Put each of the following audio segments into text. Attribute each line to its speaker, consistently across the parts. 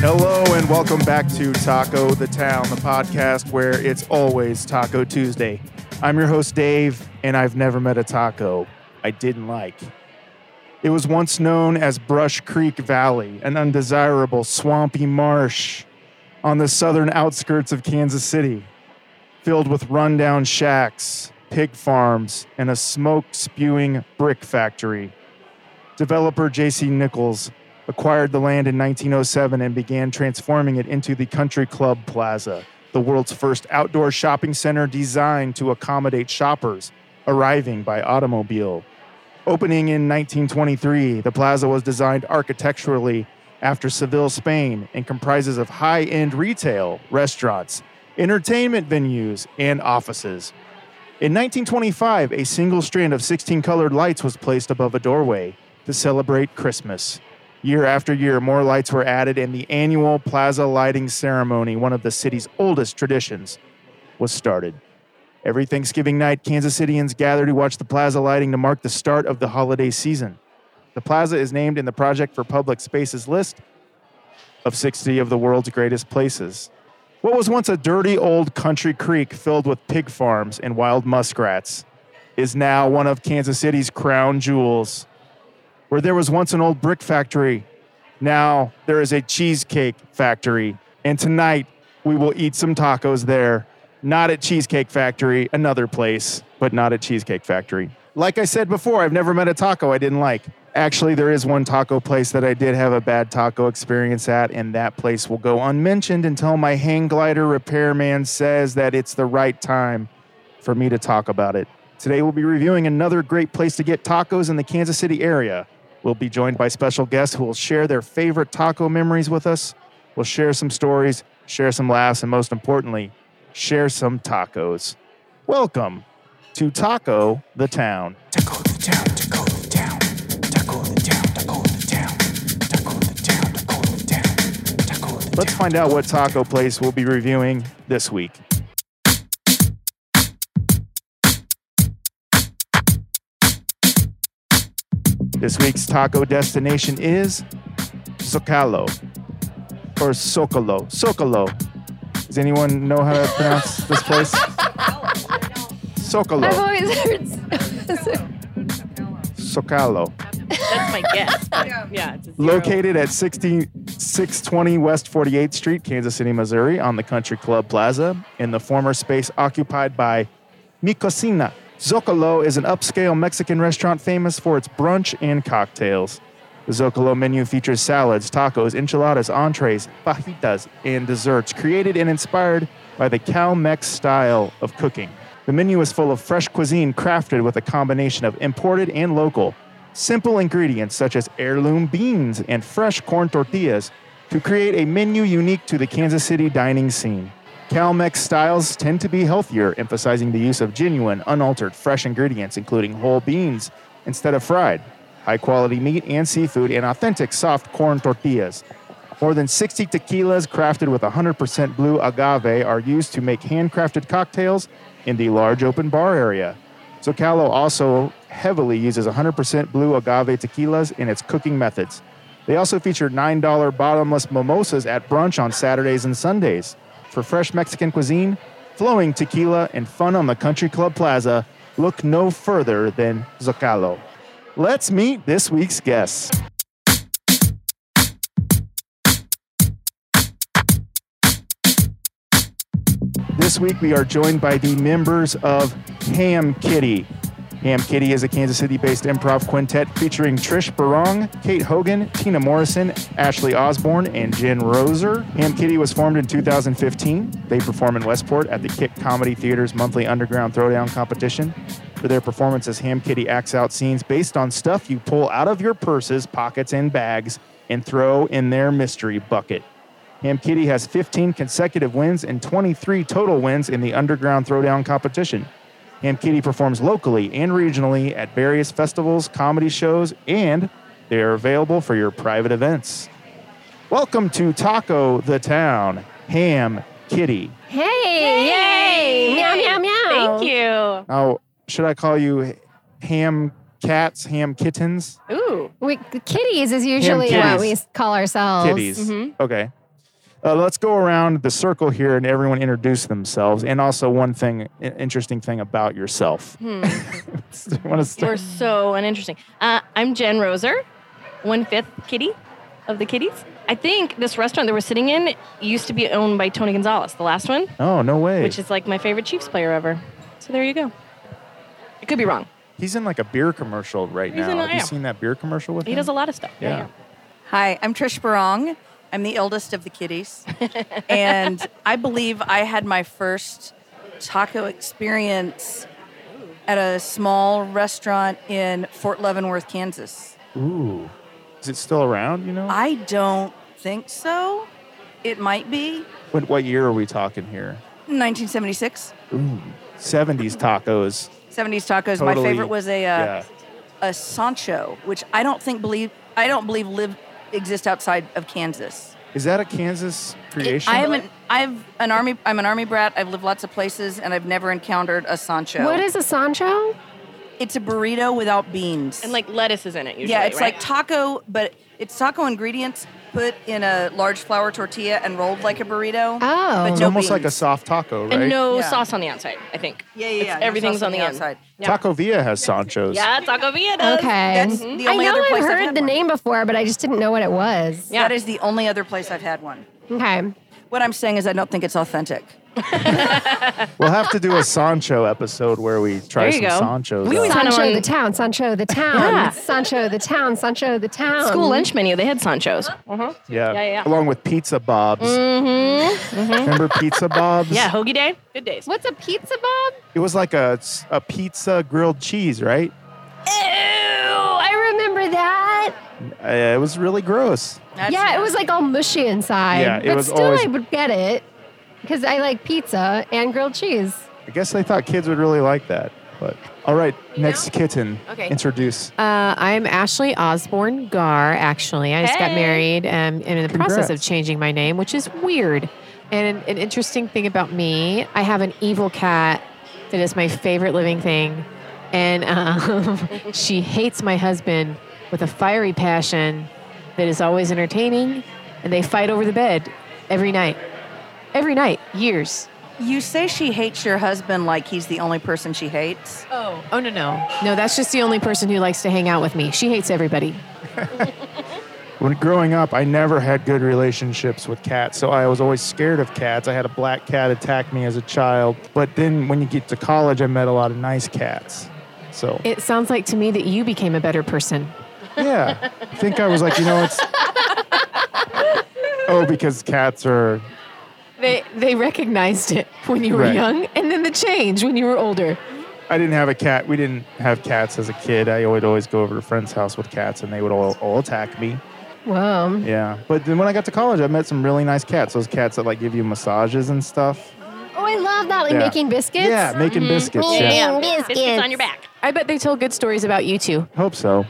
Speaker 1: Hello and welcome back to Taco the Town, the podcast where it's always Taco Tuesday. I'm your host, Dave, and I've never met a taco I didn't like. It was once known as Brush Creek Valley, an undesirable swampy marsh on the southern outskirts of Kansas City, filled with rundown shacks, pig farms, and a smoke spewing brick factory. Developer J.C. Nichols acquired the land in 1907 and began transforming it into the Country Club Plaza, the world's first outdoor shopping center designed to accommodate shoppers arriving by automobile. Opening in 1923, the plaza was designed architecturally after Seville, Spain, and comprises of high end retail, restaurants, entertainment venues, and offices. In 1925, a single strand of 16 colored lights was placed above a doorway to celebrate Christmas. Year after year, more lights were added, and the annual plaza lighting ceremony, one of the city's oldest traditions, was started. Every Thanksgiving night, Kansas Cityans gather to watch the plaza lighting to mark the start of the holiday season. The plaza is named in the Project for Public Spaces list of 60 of the world's greatest places. What was once a dirty old country creek filled with pig farms and wild muskrats is now one of Kansas City's crown jewels. Where there was once an old brick factory, now there is a cheesecake factory. And tonight we will eat some tacos there. Not at Cheesecake Factory, another place, but not at Cheesecake Factory. Like I said before, I've never met a taco I didn't like. Actually, there is one taco place that I did have a bad taco experience at, and that place will go unmentioned until my hang glider repairman says that it's the right time for me to talk about it. Today, we'll be reviewing another great place to get tacos in the Kansas City area. We'll be joined by special guests who will share their favorite taco memories with us. We'll share some stories, share some laughs, and most importantly, share some tacos. Welcome to Taco the Town.
Speaker 2: Taco the town, taco the town, taco the town, taco the town, taco the town, taco the town, taco the
Speaker 1: Let's find out what taco place we'll be reviewing this week. This week's taco destination is Zocalo or Socolo. Socolo. Does anyone know how to pronounce this place?
Speaker 3: I've
Speaker 1: Socolo.
Speaker 3: always heard.
Speaker 1: Socalo.
Speaker 4: That's my guess. But yeah, it's a zero.
Speaker 1: Located at 6620 West 48th Street, Kansas City, Missouri, on the Country Club Plaza, in the former space occupied by Mi Cocina. Zocalo is an upscale Mexican restaurant famous for its brunch and cocktails. The Zocalo menu features salads, tacos, enchiladas, entrees, fajitas, and desserts created and inspired by the Cal-Mex style of cooking. The menu is full of fresh cuisine crafted with a combination of imported and local. Simple ingredients such as heirloom beans and fresh corn tortillas to create a menu unique to the Kansas City dining scene. Cal-Mex styles tend to be healthier, emphasizing the use of genuine, unaltered, fresh ingredients, including whole beans instead of fried, high-quality meat and seafood, and authentic soft corn tortillas. More than 60 tequilas crafted with 100% blue agave are used to make handcrafted cocktails in the large open bar area. Zocalo also heavily uses 100% blue agave tequilas in its cooking methods. They also feature $9 bottomless mimosas at brunch on Saturdays and Sundays. For fresh Mexican cuisine, flowing tequila, and fun on the Country Club Plaza, look no further than Zocalo. Let's meet this week's guests. This week we are joined by the members of Ham Kitty. Ham Kitty is a Kansas City based improv quintet featuring Trish Barong, Kate Hogan, Tina Morrison, Ashley Osborne, and Jen Roser. Ham Kitty was formed in 2015. They perform in Westport at the Kick Comedy Theater's monthly underground throwdown competition. For their performances, Ham Kitty acts out scenes based on stuff you pull out of your purses, pockets, and bags and throw in their mystery bucket. Ham Kitty has 15 consecutive wins and 23 total wins in the Underground Throwdown competition. Ham Kitty performs locally and regionally at various festivals, comedy shows, and they are available for your private events. Welcome to Taco the Town, Ham Kitty.
Speaker 3: hey! Yay! Meow meow meow.
Speaker 4: Thank you.
Speaker 1: Now, should I call you Ham Cats, Ham Kittens?
Speaker 4: Ooh.
Speaker 3: We, the kitties is usually what
Speaker 1: kitties.
Speaker 3: we call ourselves. Mm-hmm.
Speaker 4: Mm-hmm.
Speaker 1: Kitties. Okay. Uh, let's go around the circle here and everyone introduce themselves. And also, one thing, i- interesting thing about yourself.
Speaker 4: Hmm.
Speaker 1: Want to start?
Speaker 4: We're so uninteresting. Uh, I'm Jen Roser, one fifth kitty of the kitties. I think this restaurant that we're sitting in used to be owned by Tony Gonzalez, the last one,
Speaker 1: Oh, no way.
Speaker 4: which is like my favorite Chiefs player ever. So there you go. I could be wrong.
Speaker 1: He's in like a beer commercial right
Speaker 4: He's
Speaker 1: now.
Speaker 4: in-
Speaker 1: Have you
Speaker 4: yeah.
Speaker 1: seen that beer commercial with
Speaker 4: He
Speaker 1: him?
Speaker 4: does a lot of stuff.
Speaker 1: Yeah.
Speaker 5: Hi, I'm Trish Barong. I'm the eldest of the kiddies. and I believe I had my first taco experience at a small restaurant in Fort Leavenworth, Kansas.
Speaker 1: Ooh. Is it still around? You know.
Speaker 5: I don't think so. It might be
Speaker 1: what, what year are we talking here?
Speaker 5: 1976.
Speaker 1: Ooh. 70s tacos.
Speaker 5: 70s tacos. My
Speaker 1: Totally.
Speaker 5: favorite was a uh,
Speaker 1: yeah.
Speaker 5: a Sancho, which I don't think believe I don't believe live exist outside of Kansas.
Speaker 1: Is that a Kansas creation?
Speaker 5: I haven't. I've an army. I'm an army brat. I've lived lots of places, and I've never encountered a Sancho.
Speaker 3: What is a Sancho?
Speaker 5: Uh, It's a burrito without beans.
Speaker 4: And like lettuce is in it usually.
Speaker 5: yeah, it's
Speaker 4: right?
Speaker 5: like taco, but it's taco ingredients put in a large flour tortilla and rolled like a burrito.
Speaker 3: Oh.
Speaker 5: but
Speaker 1: It's
Speaker 5: no
Speaker 1: almost like a
Speaker 5: beans.
Speaker 1: soft taco, right?
Speaker 4: And no
Speaker 5: Yeah.
Speaker 4: sauce on the outside, I think.
Speaker 5: Yeah, yeah,
Speaker 4: It's-
Speaker 5: yeah, no sauce
Speaker 4: everything's
Speaker 5: on
Speaker 4: on the,
Speaker 5: the outside.
Speaker 4: In. Yeah.
Speaker 1: Taco Villa has Sanchos.
Speaker 4: yeah, Taco Villa does.
Speaker 3: Okay.
Speaker 5: That's the
Speaker 3: I
Speaker 5: only
Speaker 3: know
Speaker 5: other
Speaker 3: I've
Speaker 5: place I've
Speaker 3: heard
Speaker 5: had
Speaker 3: the
Speaker 5: one.
Speaker 3: name before, but I just didn't know what it was.
Speaker 4: Yeah.
Speaker 5: That is the only other place I've had one.
Speaker 3: Okay.
Speaker 5: What I'm saying is, I don't think it's authentic.
Speaker 1: We'll have to do a Sancho episode where we try
Speaker 4: There
Speaker 1: some
Speaker 4: you go.
Speaker 1: Sanchos.
Speaker 4: We
Speaker 1: out.
Speaker 4: always had-
Speaker 3: Sancho
Speaker 4: Someone-
Speaker 3: the town, Sancho the town,
Speaker 4: Yeah.
Speaker 3: Sancho the town, Sancho the town.
Speaker 5: Hmm.
Speaker 4: School lunch menu, they had Sancho's. Uh-huh.
Speaker 1: yeah.
Speaker 4: Yeah, yeah.
Speaker 1: Along with Pizza Bob's. Remember Pizza Bob's?
Speaker 4: Yeah, Hoagie Day. Good days.
Speaker 3: What's a pizza bob?
Speaker 1: It was like a, a pizza grilled cheese, right?
Speaker 3: Ew, I remember that.
Speaker 1: Uh, it was really gross.
Speaker 5: That's-
Speaker 3: yeah, it was like all mushy inside.
Speaker 1: Yeah, it
Speaker 3: but
Speaker 1: was
Speaker 3: still
Speaker 1: always-
Speaker 3: I would get it because I like pizza and grilled cheese.
Speaker 1: I guess they thought kids would really like that. But all right, next kitten.
Speaker 4: Okay.
Speaker 1: Introduce.
Speaker 6: Uh, I'm Ashley Osborne Gar, actually. I just got
Speaker 4: Hey.
Speaker 6: married um, and am in the process of
Speaker 1: Congrats.
Speaker 6: changing my name, which is weird. And an, an interesting thing about me, I have an evil cat that is my favorite living thing. And um, she hates my husband with a fiery passion that is always entertaining. And they fight over the bed every night. Every night, years.
Speaker 5: You say she hates your husband like he's the only person she hates.
Speaker 6: Oh. Oh, no, no. No, that's just the only person who likes to hang out with me. She hates everybody.
Speaker 1: When growing up, I never had good relationships with cats, so I was always scared of cats. I had a black cat attack me as a child, but then when you get to college, I met a lot of nice cats. So
Speaker 6: It sounds like to me that you became a better person.
Speaker 1: yeah, I think I was like, you know, it's oh because cats are
Speaker 6: They they recognized it when you were
Speaker 1: Right.
Speaker 6: young, and then the change when you were older.
Speaker 1: I didn't have a cat. We didn't have cats as a kid. I would always go over to a friend's house with cats, and they would all, all attack me.
Speaker 3: Whoa.
Speaker 1: Yeah, but then when I got to college, I met some really nice cats. Those cats that like give you massages and stuff.
Speaker 3: Oh, I love that. Like
Speaker 1: Yeah.
Speaker 3: making biscuits. Mm-hmm. Oh,
Speaker 1: Yeah, making biscuits.
Speaker 3: Yeah.
Speaker 1: yeah.
Speaker 4: Yeah.
Speaker 3: Biscuits.
Speaker 4: Biscuits on your back.
Speaker 6: I bet they told good stories about you too.
Speaker 1: Hope so,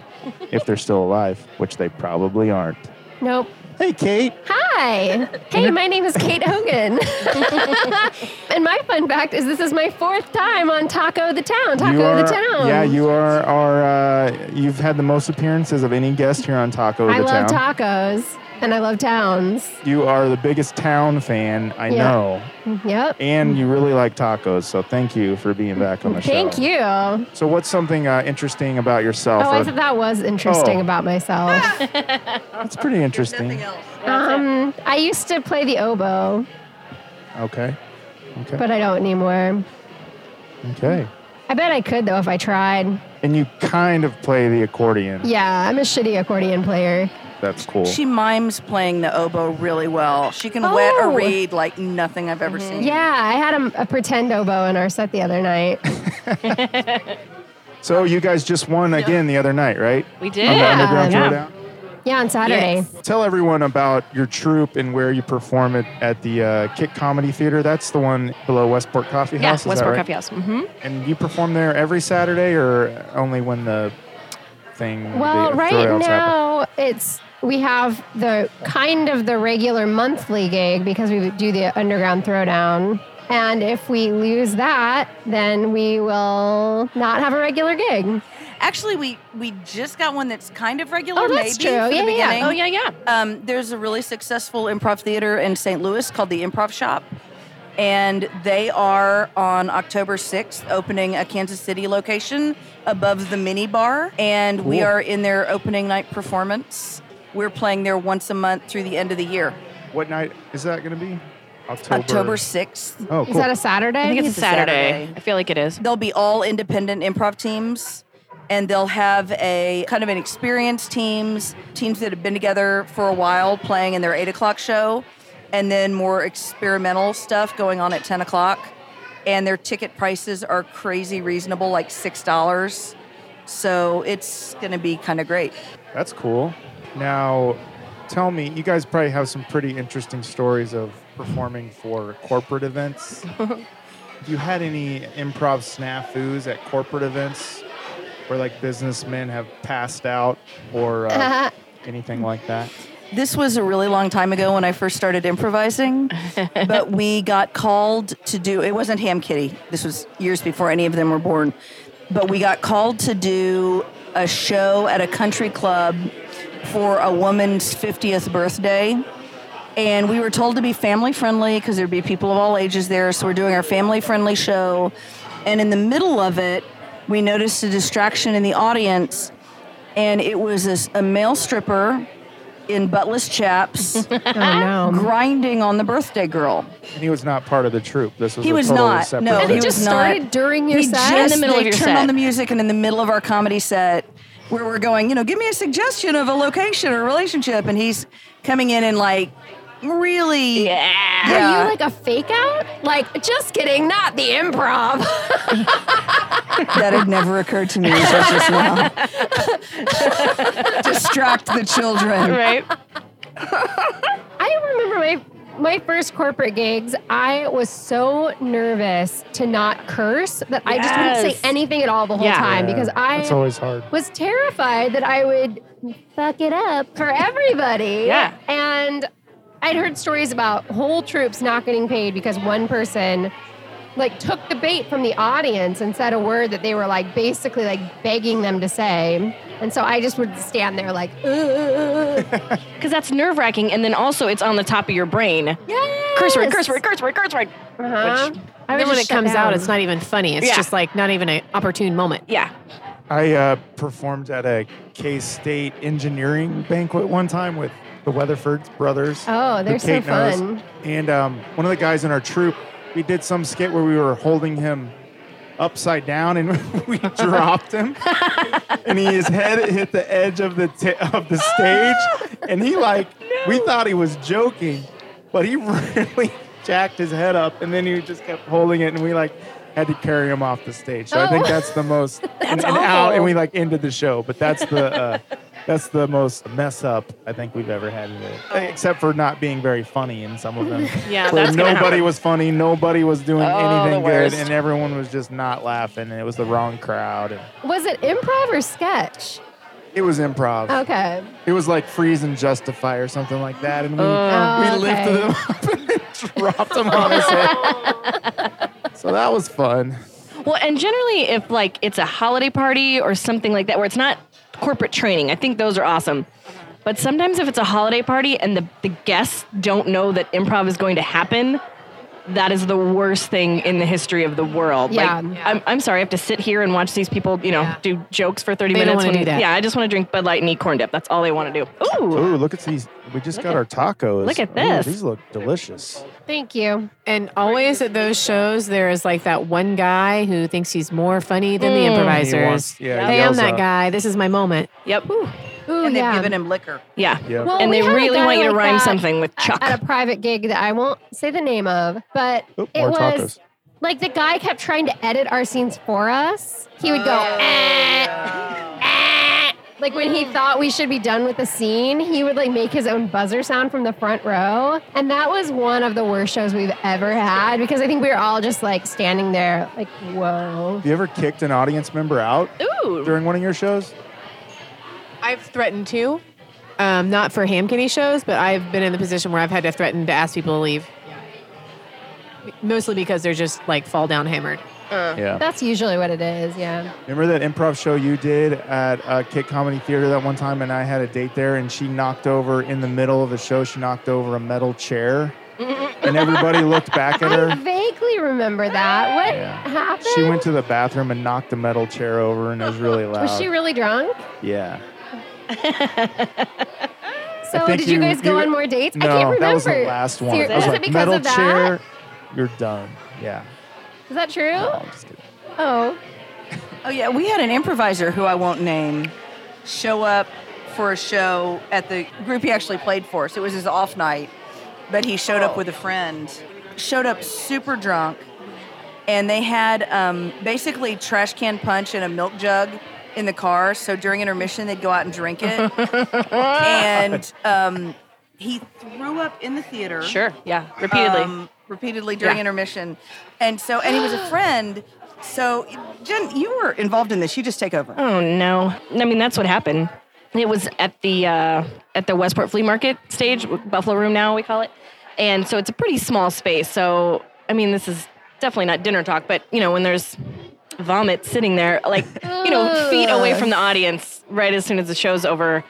Speaker 1: if they're still alive, which they probably aren't.
Speaker 3: Nope.
Speaker 1: Hey, Kate.
Speaker 3: Hi. Hey, my name is Kate Hogan. and my fun fact is this is my fourth time on Taco the Town. Taco
Speaker 1: you are,
Speaker 3: the Town.
Speaker 1: Yeah, you are. Are uh, you've had the most appearances of any guest here on Taco
Speaker 3: I
Speaker 1: the
Speaker 3: love
Speaker 1: Town.
Speaker 3: tacos and I love towns.
Speaker 1: you are the biggest town fan I
Speaker 3: Yeah.
Speaker 1: know,
Speaker 3: Yep.
Speaker 1: and you really like tacos. So thank you for being back on the show.
Speaker 3: Thank you. Oh,
Speaker 1: So what's something uh, interesting about yourself? Uh,
Speaker 3: I
Speaker 1: or-
Speaker 3: thought that was interesting
Speaker 1: Oh.
Speaker 3: about myself.
Speaker 1: that's pretty interesting.
Speaker 5: else.
Speaker 3: um, I used to play the oboe,
Speaker 1: Okay. Okay.
Speaker 3: but I don't anymore.
Speaker 1: okay.
Speaker 3: I bet I could though if I tried.
Speaker 1: And you kind of play the accordion.
Speaker 3: Yeah, I'm a shitty accordion player.
Speaker 1: That's cool.
Speaker 5: She mimes playing the oboe really well. She can wet
Speaker 3: Oh. Mm-hmm.
Speaker 5: or read like nothing I've ever seen.
Speaker 3: Yeah, I had a, a pretend oboe in our set the other night.
Speaker 1: so you guys just won again the other night, right?
Speaker 4: We did.
Speaker 1: On the
Speaker 3: Yeah.
Speaker 1: underground
Speaker 4: Yeah.
Speaker 1: throwdown.
Speaker 3: Yeah, on Saturday.
Speaker 5: Yes.
Speaker 1: Tell everyone about your troupe and where you perform it at the uh, Kick Comedy Theater. That's the one below Westport Coffee House.
Speaker 4: Yeah,
Speaker 1: is that
Speaker 4: Westport
Speaker 1: right?
Speaker 4: Coffee House. hmm
Speaker 1: And you perform there every Saturday, or only when the thing?
Speaker 3: Well,
Speaker 1: the
Speaker 3: right
Speaker 1: throwdowns happen?
Speaker 3: now it's we have the kind of the regular monthly gig because we do the underground throwdown.
Speaker 1: Oh,
Speaker 3: And if we lose that, then we will not have a regular gig.
Speaker 5: Actually, we we just got one that's kind of regular.
Speaker 3: Oh, that's
Speaker 5: maybe
Speaker 3: true.
Speaker 5: For
Speaker 3: Yeah,
Speaker 5: the
Speaker 3: yeah, yeah.
Speaker 5: beginning.
Speaker 4: Oh yeah, yeah.
Speaker 5: Um, there's a really successful improv theater in St. Louis called the Improv Shop, and they are on October 6th opening a Kansas City location above the mini bar, and we
Speaker 1: Cool.
Speaker 5: are in their opening night performance. We're playing there once a month through the end of the year,
Speaker 1: What night is that going to be? October.
Speaker 5: October 6th.
Speaker 1: Oh,
Speaker 6: Is
Speaker 1: cool.
Speaker 6: that a Saturday?
Speaker 4: I think it's,
Speaker 5: it's a
Speaker 4: a Saturday.
Speaker 5: Saturday.
Speaker 4: I feel like it is.
Speaker 5: They'll be all independent improv teams. And they'll have a kind of an experienced teams, teams that have been together for a while playing in their eight o'clock show, and then more experimental stuff going on at 10 o'clock. And their ticket prices are crazy reasonable, like $6. So it's gonna be kind of great.
Speaker 1: That's cool. Now, tell me, you guys probably have some pretty interesting stories of performing for corporate events. Have you had any improv snafus at corporate events where like businessmen have passed out or uh, anything like that?
Speaker 5: This was a really long time ago when I first started improvising, but we got called to do it wasn't Ham Kitty. This was years before any of them were born. But we got called to do a show at a country club for a woman's 50th birthday. And we were told to be family friendly because there'd be people of all ages there. So we're doing our family friendly show. And in the middle of it, we noticed a distraction in the audience. And it was this, a male stripper in buttless chaps
Speaker 6: oh, no.
Speaker 5: grinding on the birthday girl.
Speaker 1: And he was not part of the troop. This was
Speaker 5: He
Speaker 1: a
Speaker 5: was
Speaker 1: totally
Speaker 5: not.
Speaker 1: separate
Speaker 5: No,
Speaker 1: event.
Speaker 3: And it
Speaker 5: was
Speaker 3: just
Speaker 5: not-
Speaker 3: started during your
Speaker 5: We
Speaker 3: set.
Speaker 5: just
Speaker 4: In the middle of
Speaker 5: they
Speaker 4: your
Speaker 5: turned
Speaker 4: set.
Speaker 5: on the music and in the middle of our comedy set where we're going, you know, give me a suggestion of a location or relationship and he's coming in and like really
Speaker 4: Yeah.
Speaker 5: Yeah.
Speaker 3: Are you like a fake out? Like, just kidding, not the improv.
Speaker 5: that had never occurred to me as much as well. Distract the children.
Speaker 4: Right.
Speaker 3: I remember my my first corporate gigs. I was so nervous to not curse that I just wouldn't
Speaker 4: Yes.
Speaker 3: say anything at all the whole
Speaker 4: Yeah.
Speaker 3: time because I
Speaker 1: It's always hard.
Speaker 3: was terrified that I would fuck it up for everybody.
Speaker 4: Yeah.
Speaker 3: And I'd heard stories about whole troops not getting paid because one person like took the bait from the audience and said a word that they were like basically like begging them to say. And so I just would stand there like, "Ugh."
Speaker 4: Because that's nerve wracking, and then also it's on the top of your brain.
Speaker 3: yes.
Speaker 4: Curse word, curse word, curse word, curse word.
Speaker 3: Uh-huh.
Speaker 4: Which-
Speaker 3: I would
Speaker 6: then when it
Speaker 3: just shut
Speaker 6: comes
Speaker 3: down.
Speaker 6: out, it's not even funny. It's
Speaker 4: Yeah.
Speaker 6: just like not even an opportune moment.
Speaker 4: Yeah.
Speaker 1: I uh, performed at a K State engineering banquet one time with the Weatherford brothers.
Speaker 3: Oh,
Speaker 1: who
Speaker 3: they're so
Speaker 1: Kate knows.
Speaker 3: fun.
Speaker 1: And um, one of the guys in our troupe, we did some skit where we were holding him upside down and we dropped him, and he, his head hit the edge of the t- of the stage, and he like we thought he was joking, but he really jacked his head up, and then he just kept holding it, and we like. Had to carry him off the stage, so I think
Speaker 3: Oh.
Speaker 1: that's the most and, and out, and we like ended the show. But that's the uh, that's the most mess up I think we've ever had, in it. except for not being very funny in some of them.
Speaker 4: Oh. Yeah,
Speaker 1: where
Speaker 4: that's gonna
Speaker 1: nobody
Speaker 4: happen.
Speaker 1: was funny, nobody was doing
Speaker 4: Oh,
Speaker 1: anything
Speaker 4: the
Speaker 1: good,
Speaker 4: worst.
Speaker 1: and everyone was just not laughing, and it was the wrong crowd. And
Speaker 3: Was it improv or sketch?
Speaker 1: it was improv.
Speaker 3: Okay.
Speaker 1: It was like freeze and justify or something like that, and we
Speaker 3: Oh,
Speaker 1: we
Speaker 3: okay.
Speaker 1: lifted him up and dropped him on his head. so that was fun.
Speaker 4: Well, and generally, if like it's a holiday party or something like that, where it's not corporate training, I think those are awesome. But sometimes if it's a holiday party and the, the guests don't know that improv is going to happen, that is the worst thing in the history of the world.
Speaker 3: Yeah.
Speaker 4: Like,
Speaker 3: Yeah.
Speaker 4: I'm, I'm sorry, I have to sit here and watch these people, you know, do jokes for 30
Speaker 6: They don't
Speaker 4: minutes.
Speaker 6: wanna do that.
Speaker 4: Yeah, I just want to drink Bud Light and eat corn dip. That's all they want to do. Ooh,
Speaker 1: Ooh, look at these. We just got our tacos.
Speaker 4: look at
Speaker 1: Ooh,
Speaker 4: this.
Speaker 1: these look delicious.
Speaker 3: Thank you.
Speaker 6: And always at those shows, there is like that one guy who thinks he's more funny than
Speaker 3: Mm.
Speaker 6: the improvisers.
Speaker 1: He wants- yeah, he
Speaker 6: I am
Speaker 1: yells
Speaker 6: that
Speaker 1: up.
Speaker 6: guy. This is my moment.
Speaker 4: yep.
Speaker 3: Ooh,
Speaker 5: And they've
Speaker 3: yeah.
Speaker 5: given him liquor.
Speaker 4: Yeah.
Speaker 1: Yep.
Speaker 3: Well,
Speaker 4: and
Speaker 3: we
Speaker 4: they
Speaker 3: had a
Speaker 4: really
Speaker 3: guy
Speaker 4: want you to
Speaker 3: like
Speaker 4: rhyme
Speaker 3: that
Speaker 4: something with Chuck.
Speaker 3: at a private gig that I won't say the name of, but
Speaker 1: Oop,
Speaker 3: it
Speaker 1: more tacos.
Speaker 3: was like the guy kept trying to edit our scenes for us. He would go, "Eh, eh." like when he thought we should be done with the scene, he would like make his own buzzer sound from the front row. And that was one of the worst shows we've ever had because I think we were all just like standing there, like, whoa.
Speaker 1: Have you ever kicked an audience member out
Speaker 4: Ooh.
Speaker 1: during one of your shows?
Speaker 6: I've threatened to, um, not for ham kitty shows, but I've been in the position where I've had to threaten to ask people to leave. Mostly because they're just like fall down hammered.
Speaker 1: yeah.
Speaker 3: That's usually what it is. Yeah.
Speaker 1: Remember that improv show you did at uh, Kit Comedy Theater that one time, and I had a date there, and she knocked over in the middle of the show. She knocked over a metal chair, and everybody looked back at
Speaker 3: I
Speaker 1: her.
Speaker 3: vaguely remember that. What
Speaker 1: Yeah.
Speaker 3: happened?
Speaker 1: She went to the bathroom and knocked the metal chair over, and it was really loud.
Speaker 3: Was she really drunk?
Speaker 1: yeah.
Speaker 3: So
Speaker 1: think
Speaker 3: did you,
Speaker 1: you-
Speaker 3: guys go
Speaker 1: you-
Speaker 3: on more dates?
Speaker 1: No,
Speaker 3: I can't remember.
Speaker 1: that was the last one.
Speaker 3: Ser-
Speaker 1: I was
Speaker 3: it
Speaker 1: like,
Speaker 3: because
Speaker 1: metal
Speaker 3: of that?
Speaker 1: chair, you're done. Yeah.
Speaker 3: Is that true?
Speaker 1: No, I'm just kidding.
Speaker 3: Oh,
Speaker 5: Oh yeah, we had an improviser who I won't name show up for a show at the group he actually played for. So it was his off night, but he showed up with a friend. Showed up super drunk, and they had um, basically trash can punch and a milk jug in the car. So during intermission, they'd go out and drink it, and um, he threw up in the theater.
Speaker 4: Sure. Yeah. Repeatedly.
Speaker 5: Um, repeatedly during
Speaker 4: Yeah.
Speaker 5: intermission. And so, and he was a friend. So, Jen, you were involved in this. You just take over.
Speaker 4: Oh no! I mean, that's what happened. It was at the uh, at the Westport Flea Market stage, Buffalo Room now we call it, and so it's a pretty small space. So I mean, this is definitely not dinner talk, but you know, when there's vomit sitting there, like you know, feet away from the audience, right as soon as the show's over,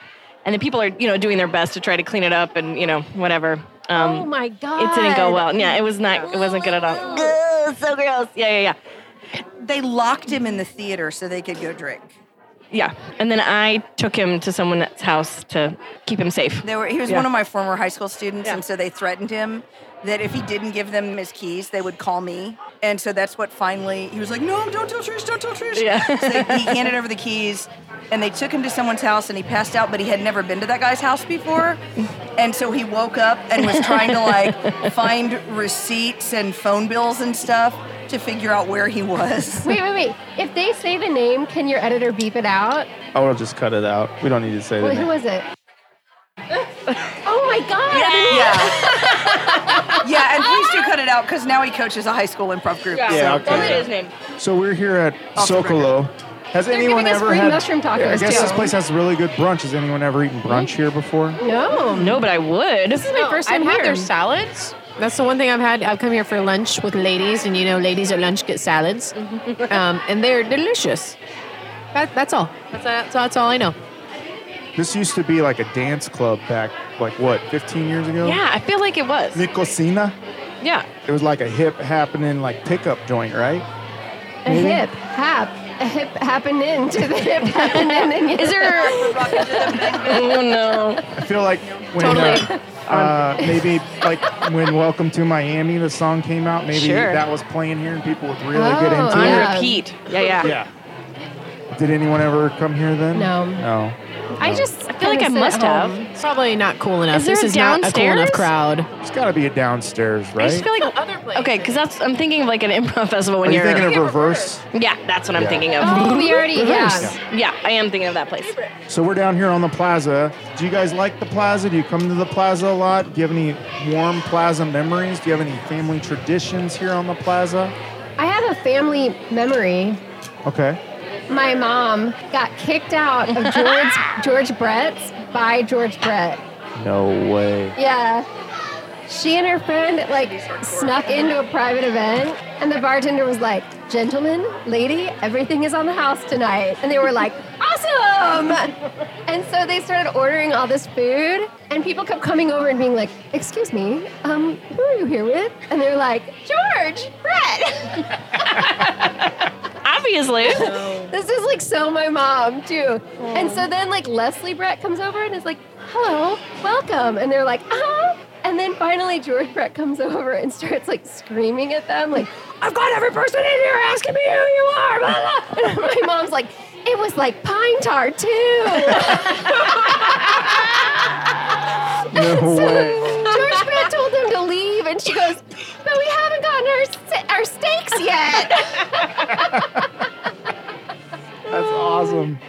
Speaker 4: and the people are you know doing their best to try to clean it up and you know whatever. Um,
Speaker 3: oh my god!
Speaker 4: it didn't go well. Yeah, it was not. It wasn't good at all. Ugh, so gross. Yeah, yeah, yeah.
Speaker 5: They locked him in the theater so they could go drink.
Speaker 4: Yeah. And then I took him to someone's house to keep him safe.
Speaker 5: They were, he was
Speaker 4: Yeah.
Speaker 5: one of my former high school students,
Speaker 4: Yeah.
Speaker 5: and so they threatened him that if he didn't give them his keys, they would call me. And so that's what finally he was like, "No, don't tell Trish, don't tell Trish."
Speaker 4: Yeah.
Speaker 5: so they, he handed over the keys, and they took him to someone's house, and he passed out, but he had never been to that guy's house before, and so he woke up and was trying to like find receipts and phone bills and stuff to figure out where he was.
Speaker 3: Wait, wait, wait. If they say the name, can your editor beep it out?
Speaker 1: I will Oh, just cut it out. We don't need to say
Speaker 3: Wait, who
Speaker 1: that.
Speaker 3: was it? oh my god! I didn't-
Speaker 5: Yeah. yeah, and please do cut it out because now he coaches a high school improv group.
Speaker 1: Yeah, I'll cut it
Speaker 4: That's
Speaker 1: out.
Speaker 4: his name.
Speaker 1: So we're here at
Speaker 5: Off the
Speaker 1: Socolo. Has anyone
Speaker 3: giving us
Speaker 1: ever
Speaker 3: free
Speaker 1: had
Speaker 3: mushroom tacos,
Speaker 1: Yeah, I guess
Speaker 3: too.
Speaker 1: this place has really good brunch. Has anyone ever eaten brunch here before?
Speaker 3: No.
Speaker 4: No, but I would.
Speaker 6: This is my first time
Speaker 3: I've
Speaker 6: here.
Speaker 3: had their
Speaker 6: salads. That's the one thing I've had. I've come here for lunch with ladies, and you know, ladies at lunch get salads, um, and they're delicious. That, that's all. That's, that's, all- that's all I know.
Speaker 1: This used to be like a dance club back, like what, 15 years ago?
Speaker 4: yeah, I feel like it was.
Speaker 1: Nicosina.
Speaker 4: Yeah.
Speaker 1: It was like a hip happening, like pickup joint, right?
Speaker 3: A hip hap. A hip happened into the hip happened in. Is there?
Speaker 4: Oh no.
Speaker 1: I feel like when uh, uh, maybe like when Welcome to Miami, the song came out, maybe
Speaker 4: Sure.
Speaker 1: that was playing here and people would really
Speaker 3: Oh,
Speaker 1: get into
Speaker 4: On
Speaker 1: it.
Speaker 3: Yeah.
Speaker 4: repeat. Yeah, yeah.
Speaker 1: Yeah. Did anyone ever come here then?
Speaker 3: No.
Speaker 1: No.
Speaker 3: I just
Speaker 4: I feel like I must have.
Speaker 6: It's probably not cool enough.
Speaker 4: Is there
Speaker 6: this
Speaker 4: a
Speaker 6: is not a cool enough
Speaker 4: downstairs?
Speaker 6: crowd.
Speaker 1: It's got to be a downstairs,
Speaker 4: I
Speaker 1: right?
Speaker 4: just feel like other Okay, because that's I'm thinking of like an improv festival when
Speaker 1: Are you
Speaker 4: are
Speaker 1: thinking of reverse?
Speaker 4: Yeah, that's what I'm
Speaker 1: Yeah.
Speaker 4: thinking of.
Speaker 3: Oh, we already yeah.
Speaker 4: Yeah, I am thinking of that place.
Speaker 1: So we're down here on the plaza. Do you guys like the plaza? Do you come to the plaza a lot? Do you have any warm plaza memories? Do you have any family traditions here on the plaza?
Speaker 3: I have a family memory.
Speaker 1: Okay.
Speaker 3: My mom got kicked out of George George Brett's by George Brett.
Speaker 1: No way.
Speaker 3: Yeah. She and her friend like snuck into a private event, and the bartender was like, "Gentlemen, lady, everything is on the house tonight." And they were like, "Awesome!" And so they started ordering all this food, and people kept coming over and being like, "Excuse me, um, who are you here with?" And they're like, "George, Brett."
Speaker 4: Obviously.
Speaker 3: This is like so my mom too. And so then like Leslie Brett comes over and is like, "Hello, welcome," and they're like, "Ah!" And then finally George Brett comes over and starts like screaming at them, like, "I've got every person in here asking me who you are." Blah, blah. And my mom's like, "It was like pine tar too."
Speaker 1: No way.
Speaker 3: George Brett told them to leave, and she goes, "But we haven't gotten our st- our steaks yet."
Speaker 1: That's awesome.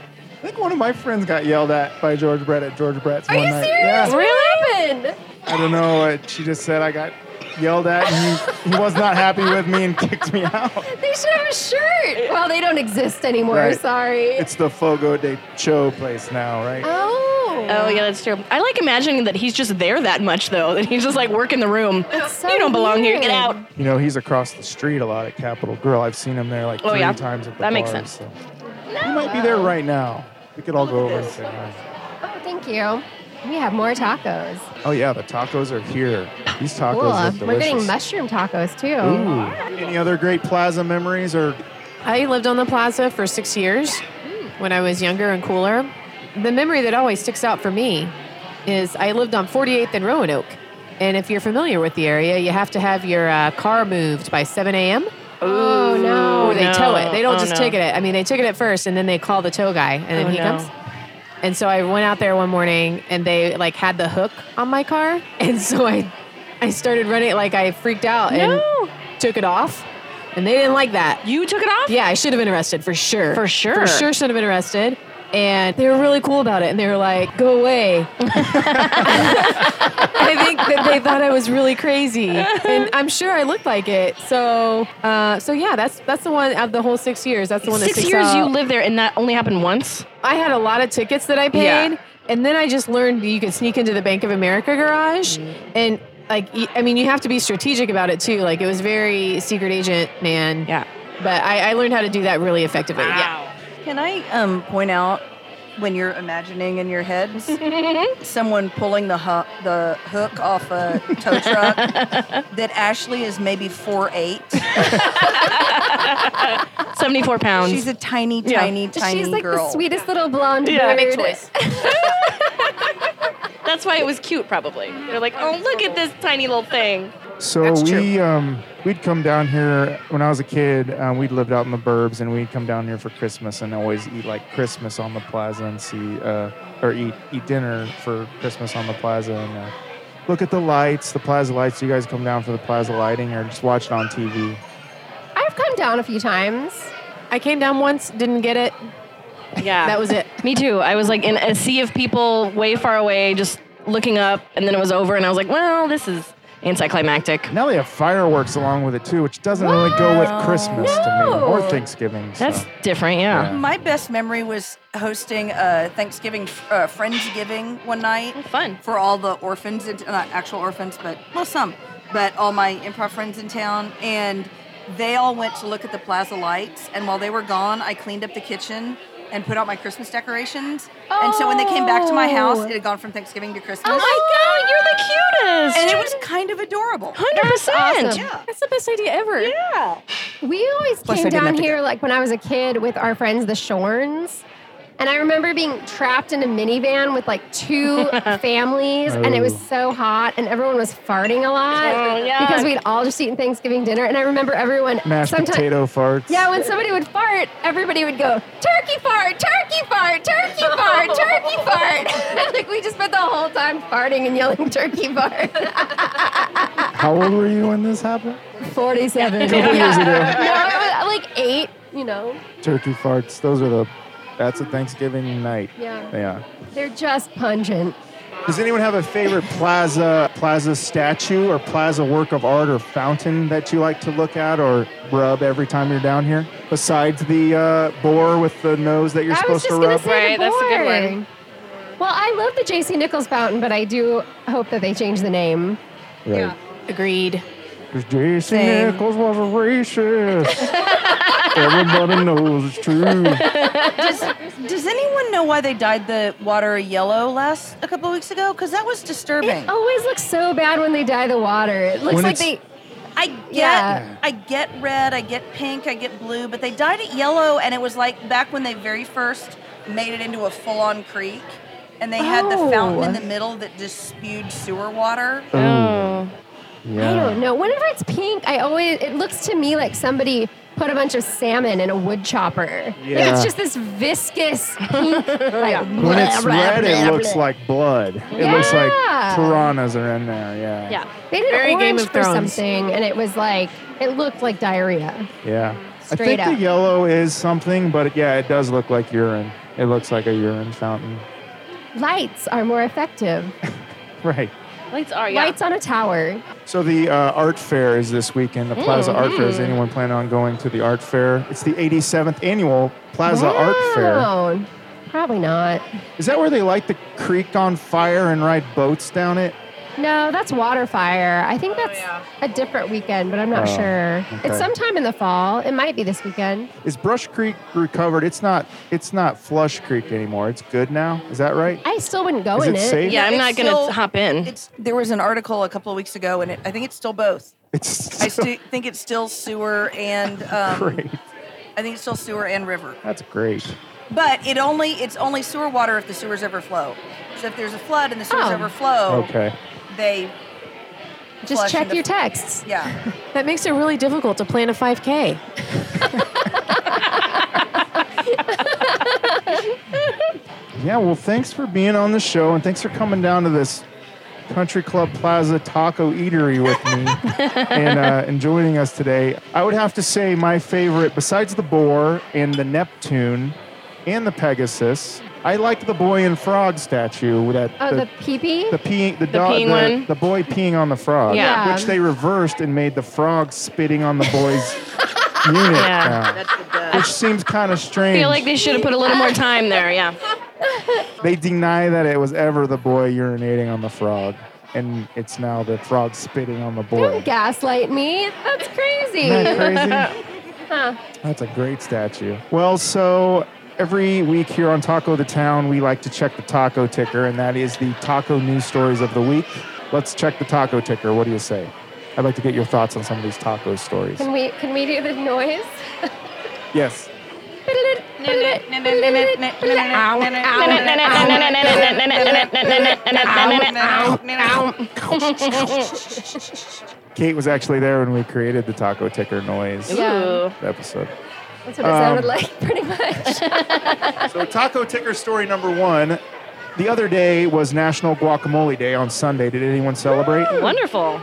Speaker 1: I think one of my friends got yelled at by George Brett at George Brett's
Speaker 3: Are
Speaker 1: one
Speaker 3: you
Speaker 1: night.
Speaker 3: serious?
Speaker 1: Yeah.
Speaker 3: What happened?
Speaker 1: I don't know. It, she just said I got yelled at and he, he was not happy with me and kicked me out.
Speaker 3: They should have a shirt. Well, they don't exist anymore.
Speaker 1: Right.
Speaker 3: Sorry.
Speaker 1: It's the Fogo de Cho place now, right?
Speaker 3: Oh,
Speaker 5: Oh.
Speaker 4: Oh yeah, that's true. I like imagining that he's just there that much though. That he's just like working the room.
Speaker 3: so
Speaker 4: you don't belong here. Get
Speaker 3: weird.
Speaker 4: out.
Speaker 1: You know, he's across the street a lot at Capitol Grill. I've seen him there like
Speaker 4: Oh,
Speaker 1: three
Speaker 4: yeah.
Speaker 1: times at the
Speaker 4: That makes
Speaker 1: bar,
Speaker 4: sense.
Speaker 1: so. He might be there right now. We could all go over and say hi.
Speaker 3: Oh, thank you. We have more tacos.
Speaker 1: Oh yeah, the tacos are here. These tacos
Speaker 3: Cool.
Speaker 1: are
Speaker 3: We're getting
Speaker 1: delicious.
Speaker 3: mushroom tacos too.
Speaker 1: Ooh. Any other great plaza memories or
Speaker 6: I lived on the plaza for six years when I was younger and cooler. The memory that always sticks out for me is I lived on 48th and Roanoke. And if you're familiar with the area, you have to have your uh, car moved by 7 a.m.
Speaker 3: Oh no.
Speaker 6: or they
Speaker 4: no.
Speaker 6: tow it. They don't
Speaker 4: Oh,
Speaker 6: just
Speaker 4: no.
Speaker 6: ticket it. I mean, they ticket it first, and then they call the tow guy, and then
Speaker 4: Oh,
Speaker 6: he
Speaker 4: no.
Speaker 6: comes. And so I went out there one morning, and they like had the hook on my car, and so I, I started running like I freaked out
Speaker 4: No.
Speaker 6: and took it off, and they didn't like that.
Speaker 4: You took it off?
Speaker 6: Yeah, I should have been arrested for sure.
Speaker 4: For sure.
Speaker 6: For sure should have been arrested. And they were really cool about it. And they were like, go away. I think that they thought I was really crazy. And I'm sure I looked like it. So uh, so yeah, that's that's the one out of the whole six years. That's the one that
Speaker 4: Six
Speaker 6: sticks
Speaker 4: years
Speaker 6: out.
Speaker 4: you live there and that only happened once?
Speaker 6: I had a lot of tickets that I paid,
Speaker 4: Yeah.
Speaker 6: and then I just learned you could sneak into the Bank of America garage, and like y- I mean, you have to be strategic about it too. Like it was very secret agent, man.
Speaker 4: Yeah.
Speaker 6: But I, I learned how to do that really effectively. Yeah.
Speaker 5: Can I um, point out when you're imagining in your heads someone pulling the hu- the hook off a tow truck that Ashley is maybe four eight.
Speaker 4: 74 pounds.
Speaker 5: She's a tiny,
Speaker 4: Yeah.
Speaker 5: tiny, tiny
Speaker 3: She's like
Speaker 5: girl.
Speaker 3: the sweetest little blonde
Speaker 4: Yeah.
Speaker 3: bird.
Speaker 4: That's why it was cute, probably. They're like, oh, look at this tiny little thing.
Speaker 1: So
Speaker 5: That's
Speaker 1: we
Speaker 5: true.
Speaker 1: um we'd come down here when I was a kid. Um, we'd lived out in the burbs, and we'd come down here for Christmas and always eat like Christmas on the plaza and see uh, or eat eat dinner for Christmas on the plaza and uh, look at the lights, the plaza lights. You guys come down for the plaza lighting or just watch it on TV.
Speaker 3: I've come down a few times.
Speaker 6: I came down once, didn't get it.
Speaker 4: Yeah.
Speaker 6: That was it.
Speaker 4: Me too. I was like in a sea of people way far away, just looking up, and then it was over, and I was like, well, this is anticlimactic.
Speaker 1: Now they have fireworks along with it too, which doesn't really go with Christmas to me or
Speaker 3: No.
Speaker 1: Thanksgiving. So.
Speaker 4: That's different, yeah.
Speaker 5: My best memory was hosting a Thanksgiving, uh, Friendsgiving one night.
Speaker 4: Fun.
Speaker 5: for all the orphans, in, not actual orphans, but well, some, but all my improv friends in town. And they all went to look at the plaza lights. And while they were gone, I cleaned up the kitchen and put out my Christmas decorations. And so when they came back to my house, it had gone from Thanksgiving to Christmas.
Speaker 4: god, you're the cutest!
Speaker 5: and it was kind of
Speaker 4: 100%.
Speaker 5: adorable.
Speaker 3: awesome.
Speaker 6: That's the best idea ever.
Speaker 3: We always
Speaker 5: Plus, I
Speaker 3: came
Speaker 5: didn't have
Speaker 3: down
Speaker 5: to
Speaker 3: here like when I was a kid with our friends the Shorns. And I remember being trapped in a minivan with like two families, and it was
Speaker 1: Oh.
Speaker 3: so hot, and everyone was farting a lot
Speaker 4: Oh, yuck.
Speaker 3: because we'd all just eaten Thanksgiving dinner. And I remember everyone
Speaker 1: Mashed
Speaker 3: sometimes,
Speaker 1: potato farts.
Speaker 3: Yeah, when somebody would fart, everybody would go, turkey fart, turkey fart, turkey fart, turkey fart. like we just spent the whole time farting and yelling turkey fart.
Speaker 1: How old were you when this happened?
Speaker 3: 47.
Speaker 1: Couple years ago.
Speaker 3: No, I was uh, like eight, you know.
Speaker 1: turkey farts. Those are the. That's a Thanksgiving night.
Speaker 3: Yeah.
Speaker 1: Yeah.
Speaker 3: They're just pungent.
Speaker 1: Does anyone have a favorite plaza plaza statue or plaza work of art or fountain that you like to look at or rub every time you're down here? Besides the uh, boar with the nose that you're
Speaker 3: I was
Speaker 1: supposed
Speaker 3: just
Speaker 1: to
Speaker 3: gonna
Speaker 1: rub.
Speaker 3: say the
Speaker 4: Right, that's a good
Speaker 3: board.
Speaker 4: one.
Speaker 3: Well, I love the J.C. Nichols fountain, but I do hope that they change the name.
Speaker 1: Right.
Speaker 6: Agreed.
Speaker 1: Because J.C.
Speaker 5: Same.
Speaker 1: Nichols was a racist. Everybody knows it's true.
Speaker 5: Does anyone know why they dyed the water yellow last a couple of weeks ago? Because that was disturbing.
Speaker 3: It always looks so bad when they dye the water. It looks
Speaker 1: When
Speaker 3: like
Speaker 1: it's-
Speaker 3: they.
Speaker 5: I get,
Speaker 3: Yeah.
Speaker 5: I get red, I get pink, I get blue, but they dyed it yellow, and it was like back when they very first made it into a full-on creek, and they had the fountain in
Speaker 3: Oh.
Speaker 5: the middle that just spewed sewer water.
Speaker 1: Oh.
Speaker 3: I
Speaker 1: Yeah.
Speaker 3: don't know. Whenever it's pink, I always it looks to me like somebody put a bunch of salmon in a wood chopper. Like
Speaker 1: Yeah.
Speaker 3: it's just this viscous pink. like,
Speaker 1: When it's
Speaker 3: blah, blah,
Speaker 1: red, it
Speaker 3: blah,
Speaker 1: looks
Speaker 3: blah.
Speaker 1: like blood. It looks like
Speaker 3: Yeah.
Speaker 1: piranhas are in there. Yeah.
Speaker 4: Yeah.
Speaker 3: They did
Speaker 6: very Game
Speaker 3: orange
Speaker 6: of
Speaker 3: for
Speaker 6: Thrones.
Speaker 3: something, and it was like it looked like diarrhea.
Speaker 1: Yeah. I
Speaker 3: Straight
Speaker 1: think
Speaker 3: up.
Speaker 1: the yellow is something, but it- yeah, it does look like urine. It looks like a urine fountain.
Speaker 3: Lights are more effective.
Speaker 1: Right.
Speaker 4: Lights are, yeah.
Speaker 3: Lights on a tower.
Speaker 1: So the uh, art fair is this weekend. The Plaza Art Fair. Is
Speaker 3: Mm.
Speaker 1: anyone planning on going to the art fair? It's the 87th annual Plaza Art Fair.
Speaker 3: Wow. Probably not.
Speaker 1: Is that where they light the creek on fire and ride boats down it?
Speaker 3: No, that's water fire. I think that's a different weekend, but I'm not
Speaker 1: Oh,
Speaker 3: sure.
Speaker 1: okay.
Speaker 3: It's sometime in the fall. It might be this weekend.
Speaker 1: Is Brush Creek recovered? It's not. It's not Flush Creek anymore. It's good now. Is that right?
Speaker 3: I still wouldn't go
Speaker 1: Is
Speaker 3: in
Speaker 1: it
Speaker 3: it.
Speaker 1: safe?
Speaker 4: Yeah, I'm
Speaker 5: It's
Speaker 4: not gonna
Speaker 5: still-
Speaker 4: hop in.
Speaker 5: It's there was an article a couple of weeks ago, and it, I think it's still both.
Speaker 1: It's
Speaker 5: I sti- think it's still sewer and um,
Speaker 1: great.
Speaker 5: I think it's still sewer and river.
Speaker 1: That's great.
Speaker 5: But it only it's only sewer water if the sewers overflow. So if there's a flood and the sewers
Speaker 3: Oh.
Speaker 5: overflow,
Speaker 1: Okay.
Speaker 5: they
Speaker 3: Just
Speaker 5: flush
Speaker 3: check
Speaker 5: into-
Speaker 3: your texts.
Speaker 5: yeah.
Speaker 6: That makes it really difficult to plan a 5K.
Speaker 1: Yeah. Well, thanks for being on the show and thanks for coming down to this Country Club Plaza Taco Eatery with me and uh, and joining us today. I would have to say my favorite, besides the boar and the Neptune and the Pegasus, I like the boy and frog statue with that.
Speaker 3: Oh,
Speaker 1: the-
Speaker 3: the peepee?
Speaker 1: the peeing the, dog
Speaker 4: peeing
Speaker 1: the,
Speaker 4: one?
Speaker 1: the boy peeing on the frog
Speaker 4: Yeah.
Speaker 3: Yeah.
Speaker 1: which they reversed and made the frog spitting on the boy's unit
Speaker 4: Yeah.
Speaker 1: now, which seems kind of
Speaker 4: I
Speaker 1: strange
Speaker 4: feel like they should have put a little more time there. Yeah.
Speaker 1: they deny that it was ever the boy urinating on the frog and it's now the frog spitting on the boy
Speaker 3: Don't gaslight me. That's crazy.
Speaker 1: Isn't that crazy? That's a great statue. Well, so every week here on Taco the Town, we like to check the taco ticker, and that is the taco news stories of the week. Let's check the taco ticker. What do you say? I'd like to get your thoughts on some of these taco stories.
Speaker 3: Can we can we do the noise?
Speaker 1: Yes. Kate was actually there when we created the taco ticker noise
Speaker 4: Ooh.
Speaker 1: episode.
Speaker 3: That's what it
Speaker 1: Um,
Speaker 3: sounded like, pretty much.
Speaker 1: So, taco ticker story number one. The other day was National Guacamole Day on Sunday. Did anyone celebrate?
Speaker 4: Wonderful.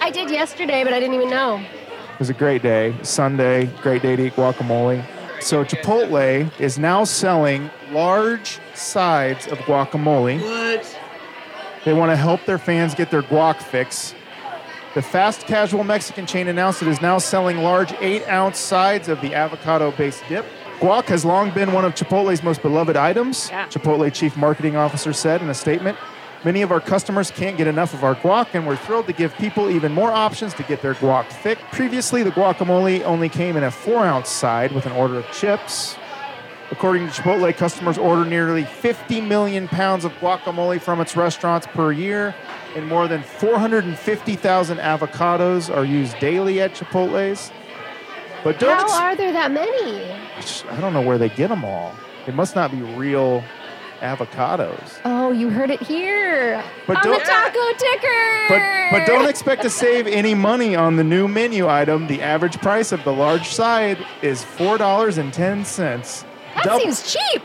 Speaker 3: I did yesterday, but I didn't even know.
Speaker 1: It was a great day. Sunday, great day to eat guacamole. So Chipotle is now selling large sides of guacamole. What? They want to help their fans get their guac fix. The fast casual Mexican chain announced it is now selling large eight ounce sides of the avocado based dip. Guac has long been one of Chipotle's most beloved items,
Speaker 4: Yeah.
Speaker 1: Chipotle chief marketing officer said in a statement. Many of our customers can't get enough of our guac, and we're thrilled to give people even more options to get their guac fix. Previously, the guacamole only came in a four ounce side with an order of chips. According to Chipotle, customers order nearly 50 million pounds of guacamole from its restaurants per year, and more than 450,000 avocados are used daily at Chipotle's. But don't
Speaker 3: How
Speaker 1: ex-
Speaker 3: are there that many?
Speaker 1: I don't know where they get them all. It must not be real avocados.
Speaker 3: Oh, you heard it here.
Speaker 1: But
Speaker 3: on
Speaker 1: don't-
Speaker 3: the taco ticker.
Speaker 1: But but don't expect to save any money on the new menu item. The average price of the large side is four dollars and ten cents.
Speaker 3: That seems cheap.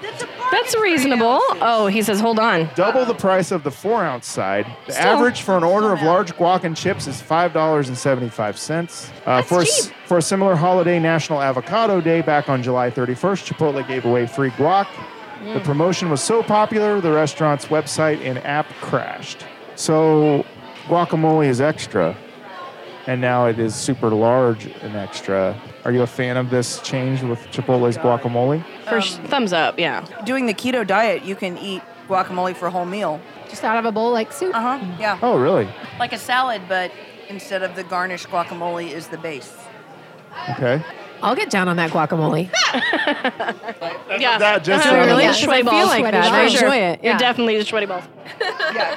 Speaker 4: That's reasonable. Oh, he says, hold on.
Speaker 1: double the price of the four ounce side. The average for an order of large guac and chips is five dollars and seventy five cents. Uh, for a s-
Speaker 3: cheap.
Speaker 1: for a similar holiday, National Avocado Day back on July thirty first, Chipotle gave away free guac. The promotion was so popular, the restaurant's website and app crashed. So, guacamole is extra, and now it is super large and extra. Are you a fan of this change with Chipotle's guacamole?
Speaker 4: First thumbs up. Yeah.
Speaker 5: Doing the keto diet, you can eat guacamole for a whole meal.
Speaker 3: Just out of a bowl like soup.
Speaker 5: Uh huh. Yeah.
Speaker 1: Oh, really?
Speaker 5: Like a salad, but instead of the garnish, guacamole is the base.
Speaker 1: Okay.
Speaker 6: I'll get down on that guacamole.
Speaker 4: Yeah.
Speaker 1: That just
Speaker 6: I
Speaker 1: sounded-
Speaker 6: really
Speaker 3: Yeah.
Speaker 6: enjoy I feel
Speaker 4: balls.
Speaker 6: like
Speaker 3: Sweaty
Speaker 6: that. I
Speaker 3: balls.
Speaker 6: enjoy
Speaker 4: Sure.
Speaker 6: it.
Speaker 4: You're
Speaker 6: yeah.
Speaker 4: definitely the sweaty balls.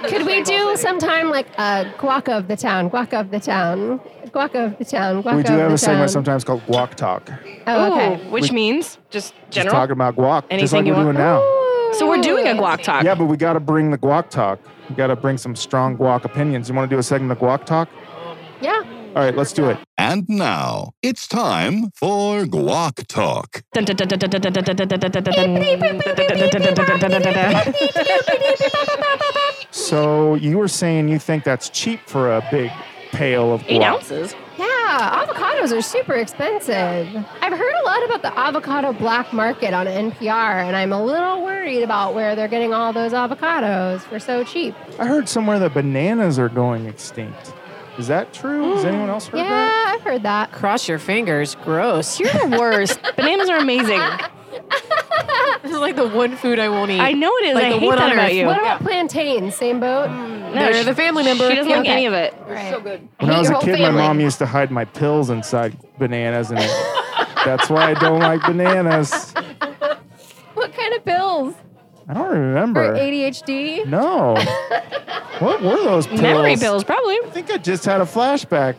Speaker 3: Could we do sometime like a guac of the town, guac of the town, guac of the town, guac
Speaker 1: We
Speaker 3: of
Speaker 1: do
Speaker 3: the
Speaker 1: have a segment
Speaker 3: town?
Speaker 1: sometimes called Guac Talk.
Speaker 3: Oh, okay.
Speaker 4: Ooh, which means just
Speaker 1: Just
Speaker 4: general.
Speaker 1: talking about guac, just
Speaker 4: Anything
Speaker 1: like
Speaker 4: you
Speaker 1: we're
Speaker 4: want.
Speaker 1: doing now.
Speaker 4: so we're doing a guac talk.
Speaker 1: Yeah, but we got to bring the guac talk. We got to bring some strong guac opinions. You want to do a segment of guac talk?
Speaker 3: Yeah.
Speaker 1: All right, let's do it.
Speaker 7: And now it's time for Guac Talk.
Speaker 4: Dun, dun, dun, dun, dun, dun, dun, dun, dun, dun, dun, dun, dun, dun, dun.
Speaker 1: So you were saying you think that's cheap for a big pail of guac?
Speaker 4: Eight ounces.
Speaker 3: Yeah, avocados are super expensive. I've heard a lot about the avocado black market on NPR, and I'm a little worried about where they're getting all those avocados for so cheap.
Speaker 1: I heard somewhere that bananas are going extinct. Is that true?
Speaker 4: Mm.
Speaker 1: Has anyone else heard that?
Speaker 3: Yeah, I've heard that.
Speaker 6: Cross your fingers. Gross. You're
Speaker 4: Worst. Bananas are amazing.
Speaker 6: This is like the one food I won't eat.
Speaker 4: I know it is.
Speaker 6: Like
Speaker 4: I
Speaker 6: the
Speaker 4: hate
Speaker 6: one
Speaker 4: that
Speaker 6: on
Speaker 4: about
Speaker 6: Earth.
Speaker 4: you.
Speaker 3: What about plantain? Same boat.
Speaker 4: No,
Speaker 6: They're
Speaker 4: she-
Speaker 6: the family member.
Speaker 4: She doesn't like
Speaker 3: Okay.
Speaker 4: any of it.
Speaker 3: Right. So good.
Speaker 1: When I was a kid, my mom used to hide my pills inside bananas, and that's why I don't like bananas.
Speaker 3: What kind of pills
Speaker 1: I don't
Speaker 3: for
Speaker 1: remember.
Speaker 3: ADHD?
Speaker 1: No. what were those pills?
Speaker 4: Memory pills, probably.
Speaker 1: I think I just had a flashback.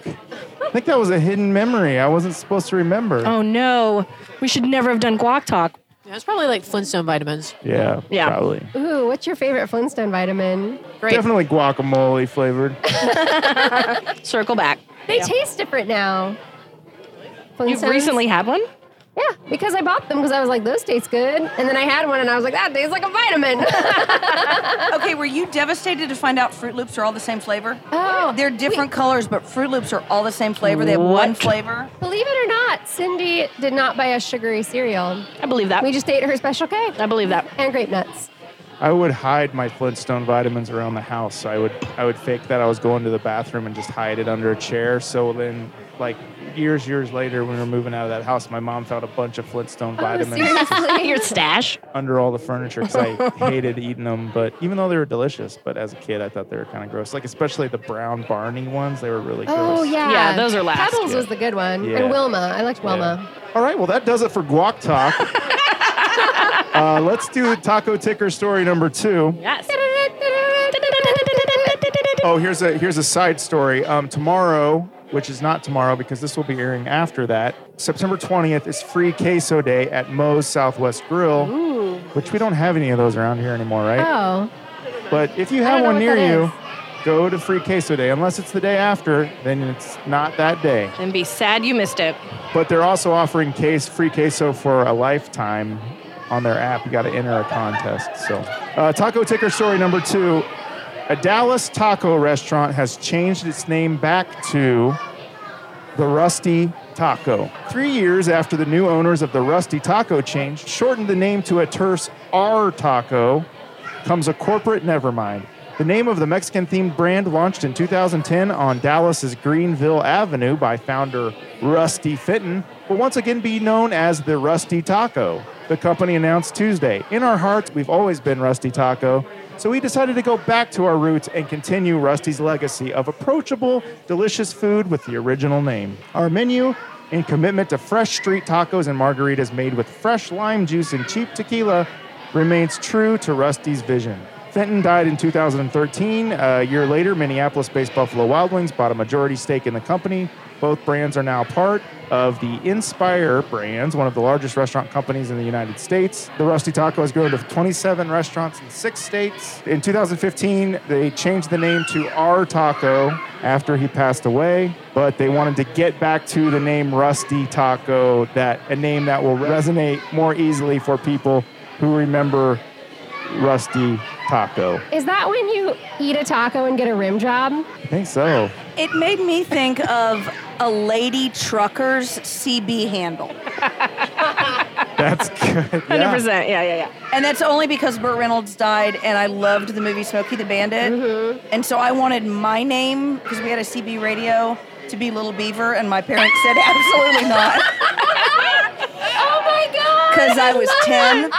Speaker 1: I think that was a hidden memory I wasn't supposed to remember.
Speaker 4: Oh no, we should never have done guac talk.
Speaker 6: Yeah, it's probably like Flintstone vitamins.
Speaker 1: Yeah,
Speaker 4: Yeah.
Speaker 1: probably.
Speaker 3: Ooh, what's your favorite Flintstone vitamin?
Speaker 6: Great.
Speaker 1: Definitely guacamole flavored.
Speaker 4: Circle back.
Speaker 3: They taste different now.
Speaker 4: You've
Speaker 3: Flintstones?
Speaker 4: recently had one.
Speaker 3: Yeah, because I bought them because I was like, those taste good. And then I had one and I was like, that tastes like a vitamin.
Speaker 5: Okay, were you devastated to find out Fruit Loops are all the same flavor?
Speaker 3: oh,
Speaker 5: They're different colors, but Fruit Loops are all the same flavor. They have one
Speaker 4: What?
Speaker 5: flavor.
Speaker 3: believe it or not, Cindy did not buy a sugary cereal.
Speaker 4: I believe that.
Speaker 3: We just ate her special K
Speaker 4: I believe that.
Speaker 3: and grape nuts.
Speaker 1: I would hide my Flintstone vitamins around the house. So I would I would fake that I was going to the bathroom and just hide it under a chair. So then, like years years later, when we were moving out of that house, my mom found a bunch of
Speaker 4: Oh,
Speaker 1: Flintstone vitamins
Speaker 3: Oh, Seriously?
Speaker 4: Your stash.
Speaker 1: under all the furniture because I hated eating them. But even though they were delicious, but as a kid, I thought they were kind of gross. Like especially the brown Barney ones, they were really gross.
Speaker 3: Oh yeah,
Speaker 4: Yeah, those are last.
Speaker 3: Pebbles was the good one,
Speaker 1: Yeah.
Speaker 3: and Wilma. I liked
Speaker 1: Yeah.
Speaker 3: Wilma.
Speaker 1: All right, well, that does it for guac talk. uh, let's do taco ticker story number two.
Speaker 4: Yes.
Speaker 1: Oh, here's a here's a side story. Um, tomorrow, which is not tomorrow because this will be airing after that, September 20th is free queso day at Moe's Southwest Grill, which we don't have any of those around here anymore, right?
Speaker 3: Oh,
Speaker 1: but if you
Speaker 3: I
Speaker 1: have
Speaker 3: don't
Speaker 1: one
Speaker 3: know
Speaker 1: near
Speaker 3: what that
Speaker 1: you,
Speaker 3: is.
Speaker 1: go to free queso day. Unless it's the day after, then it's not that day.
Speaker 4: And be sad you missed it.
Speaker 1: But they're also offering case free queso for a lifetime on their app. You got to enter a contest. So, uh, taco ticker story number two: A Dallas taco restaurant has changed its name back to the Rusty Taco. Three years after the new owners of the Rusty Taco chain shortened the name to a terse R Taco, comes a corporate nevermind. The name of the Mexican themed brand launched in 2010 on Dallas's Greenville Avenue by founder Rusty Fitton will once again be known as the Rusty Taco. The company announced Tuesday. In our hearts, we've always been Rusty Taco, so we decided to go back to our roots and continue Rusty's legacy of approachable, delicious food with the original name. Our menu and commitment to fresh street tacos and margaritas made with fresh lime juice and cheap tequila remains true to Rusty's vision. Fenton died in 2013. A year later, Minneapolis based Buffalo Wild Wings bought a majority stake in the company. Both brands are now part of the Inspire Brands, one of the largest restaurant companies in the United States. The Rusty Taco has grown to 27 restaurants in six states. In 2015, they changed the name to R Taco after he passed away, but they wanted to get back to the name Rusty Taco, that a name that will resonate more easily for people who remember Rusty Taco.
Speaker 3: is that when you eat a taco and get a rim job?
Speaker 1: I think so.
Speaker 5: It made me think of a lady trucker's CB handle.
Speaker 1: That's
Speaker 4: Hundred
Speaker 1: good. Yeah.
Speaker 4: percent. Yeah, yeah, yeah.
Speaker 5: And that's only because Burt Reynolds died, and I loved the movie Smokey the Bandit.
Speaker 4: Mm-hmm.
Speaker 5: And so I wanted my name, because we had a CB radio, to be Little Beaver, and my parents said absolutely not.
Speaker 3: Oh my god!
Speaker 5: because I was 10.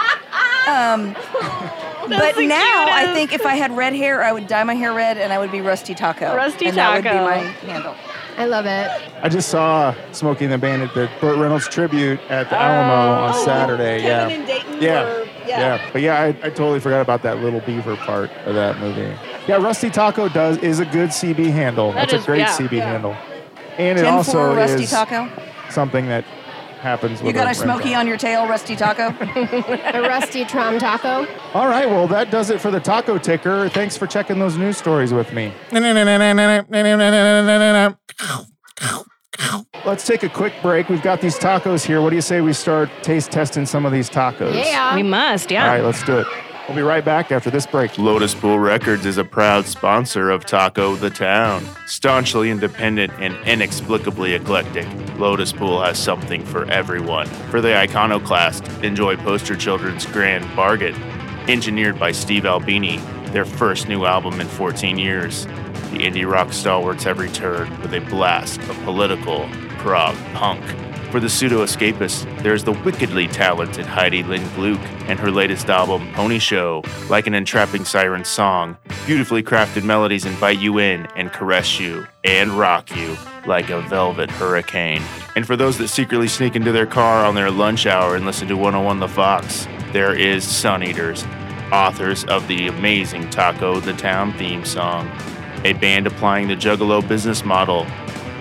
Speaker 5: Um, but
Speaker 4: the
Speaker 5: now I
Speaker 4: cutest.
Speaker 5: think if I had red hair, I would dye my hair red and I would be Rusty Taco.
Speaker 4: Rusty
Speaker 5: and That would be
Speaker 4: Taco.
Speaker 5: my handle.
Speaker 3: I love it.
Speaker 1: I just saw Smoking the Bandit, the Burt Reynolds tribute at the
Speaker 5: Oh,
Speaker 1: Alamo on Saturday. yeah. yeah. yeah. But yeah, I, I totally forgot about that little beaver part of that movie. Yeah, Rusty Taco does is a good CB handle. That's
Speaker 4: is-
Speaker 1: a great
Speaker 4: yeah.
Speaker 1: CB handle. And it
Speaker 5: 10
Speaker 1: also
Speaker 5: Rusty
Speaker 1: is
Speaker 5: Taco.
Speaker 1: something that happens with
Speaker 5: You got a
Speaker 1: rim
Speaker 5: smoky
Speaker 1: job.
Speaker 5: on your tail, Rusty Taco.
Speaker 3: A rusty Trom taco.
Speaker 1: All right, well, that does it for the taco ticker. Thanks for checking those news stories with me. Let's take a quick break. We've got these tacos here. What do you say we start taste testing some of these tacos?
Speaker 4: We
Speaker 3: Yeah.
Speaker 4: must.
Speaker 1: All
Speaker 4: Yeah.
Speaker 1: right, let's do it. We'll be right back after this break.
Speaker 8: Lotus Pool Records is a proud sponsor of Taco the Town. Staunchly independent and inexplicably eclectic, Lotus Pool has something for everyone. For the iconoclast, enjoy Poster Children's Grand Bargain, engineered by Steve Albini, their first new album in 14 years. The indie rock stalwarts have returned with a blast of political, prog, punk, For the pseudo escapist, there is the wickedly talented Heidi Lynn Gluck and her latest album, Pony Show. Like an entrapping siren's song, beautifully crafted melodies invite you in and caress you and rock you like a velvet hurricane. And for those that secretly sneak into their car on their lunch hour and listen to 101 The Fox, there is Sun Eaters, authors of the amazing Taco the Town theme song, a band applying the Juggalo business model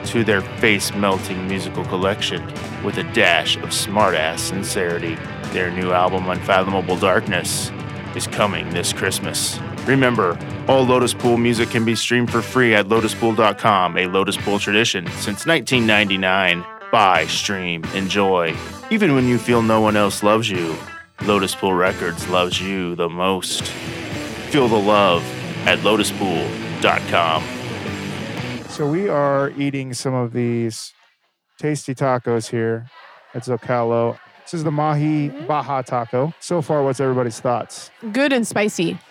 Speaker 8: to their face melting musical collection with a dash of smart ass sincerity. Their new album, Unfathomable Darkness, is coming this Christmas. Remember, all Lotus Pool music can be streamed for free at lotuspool.com, a Lotus Pool tradition since 1999. Buy, stream, enjoy. Even when you feel no one else loves you, Lotus Pool Records loves you the most. Feel the love at lotuspool.com.
Speaker 1: So we are eating some of these tasty tacos here at Zocalo. This is the Mahi Baja taco. So far, what's everybody's thoughts?
Speaker 6: Good and spicy.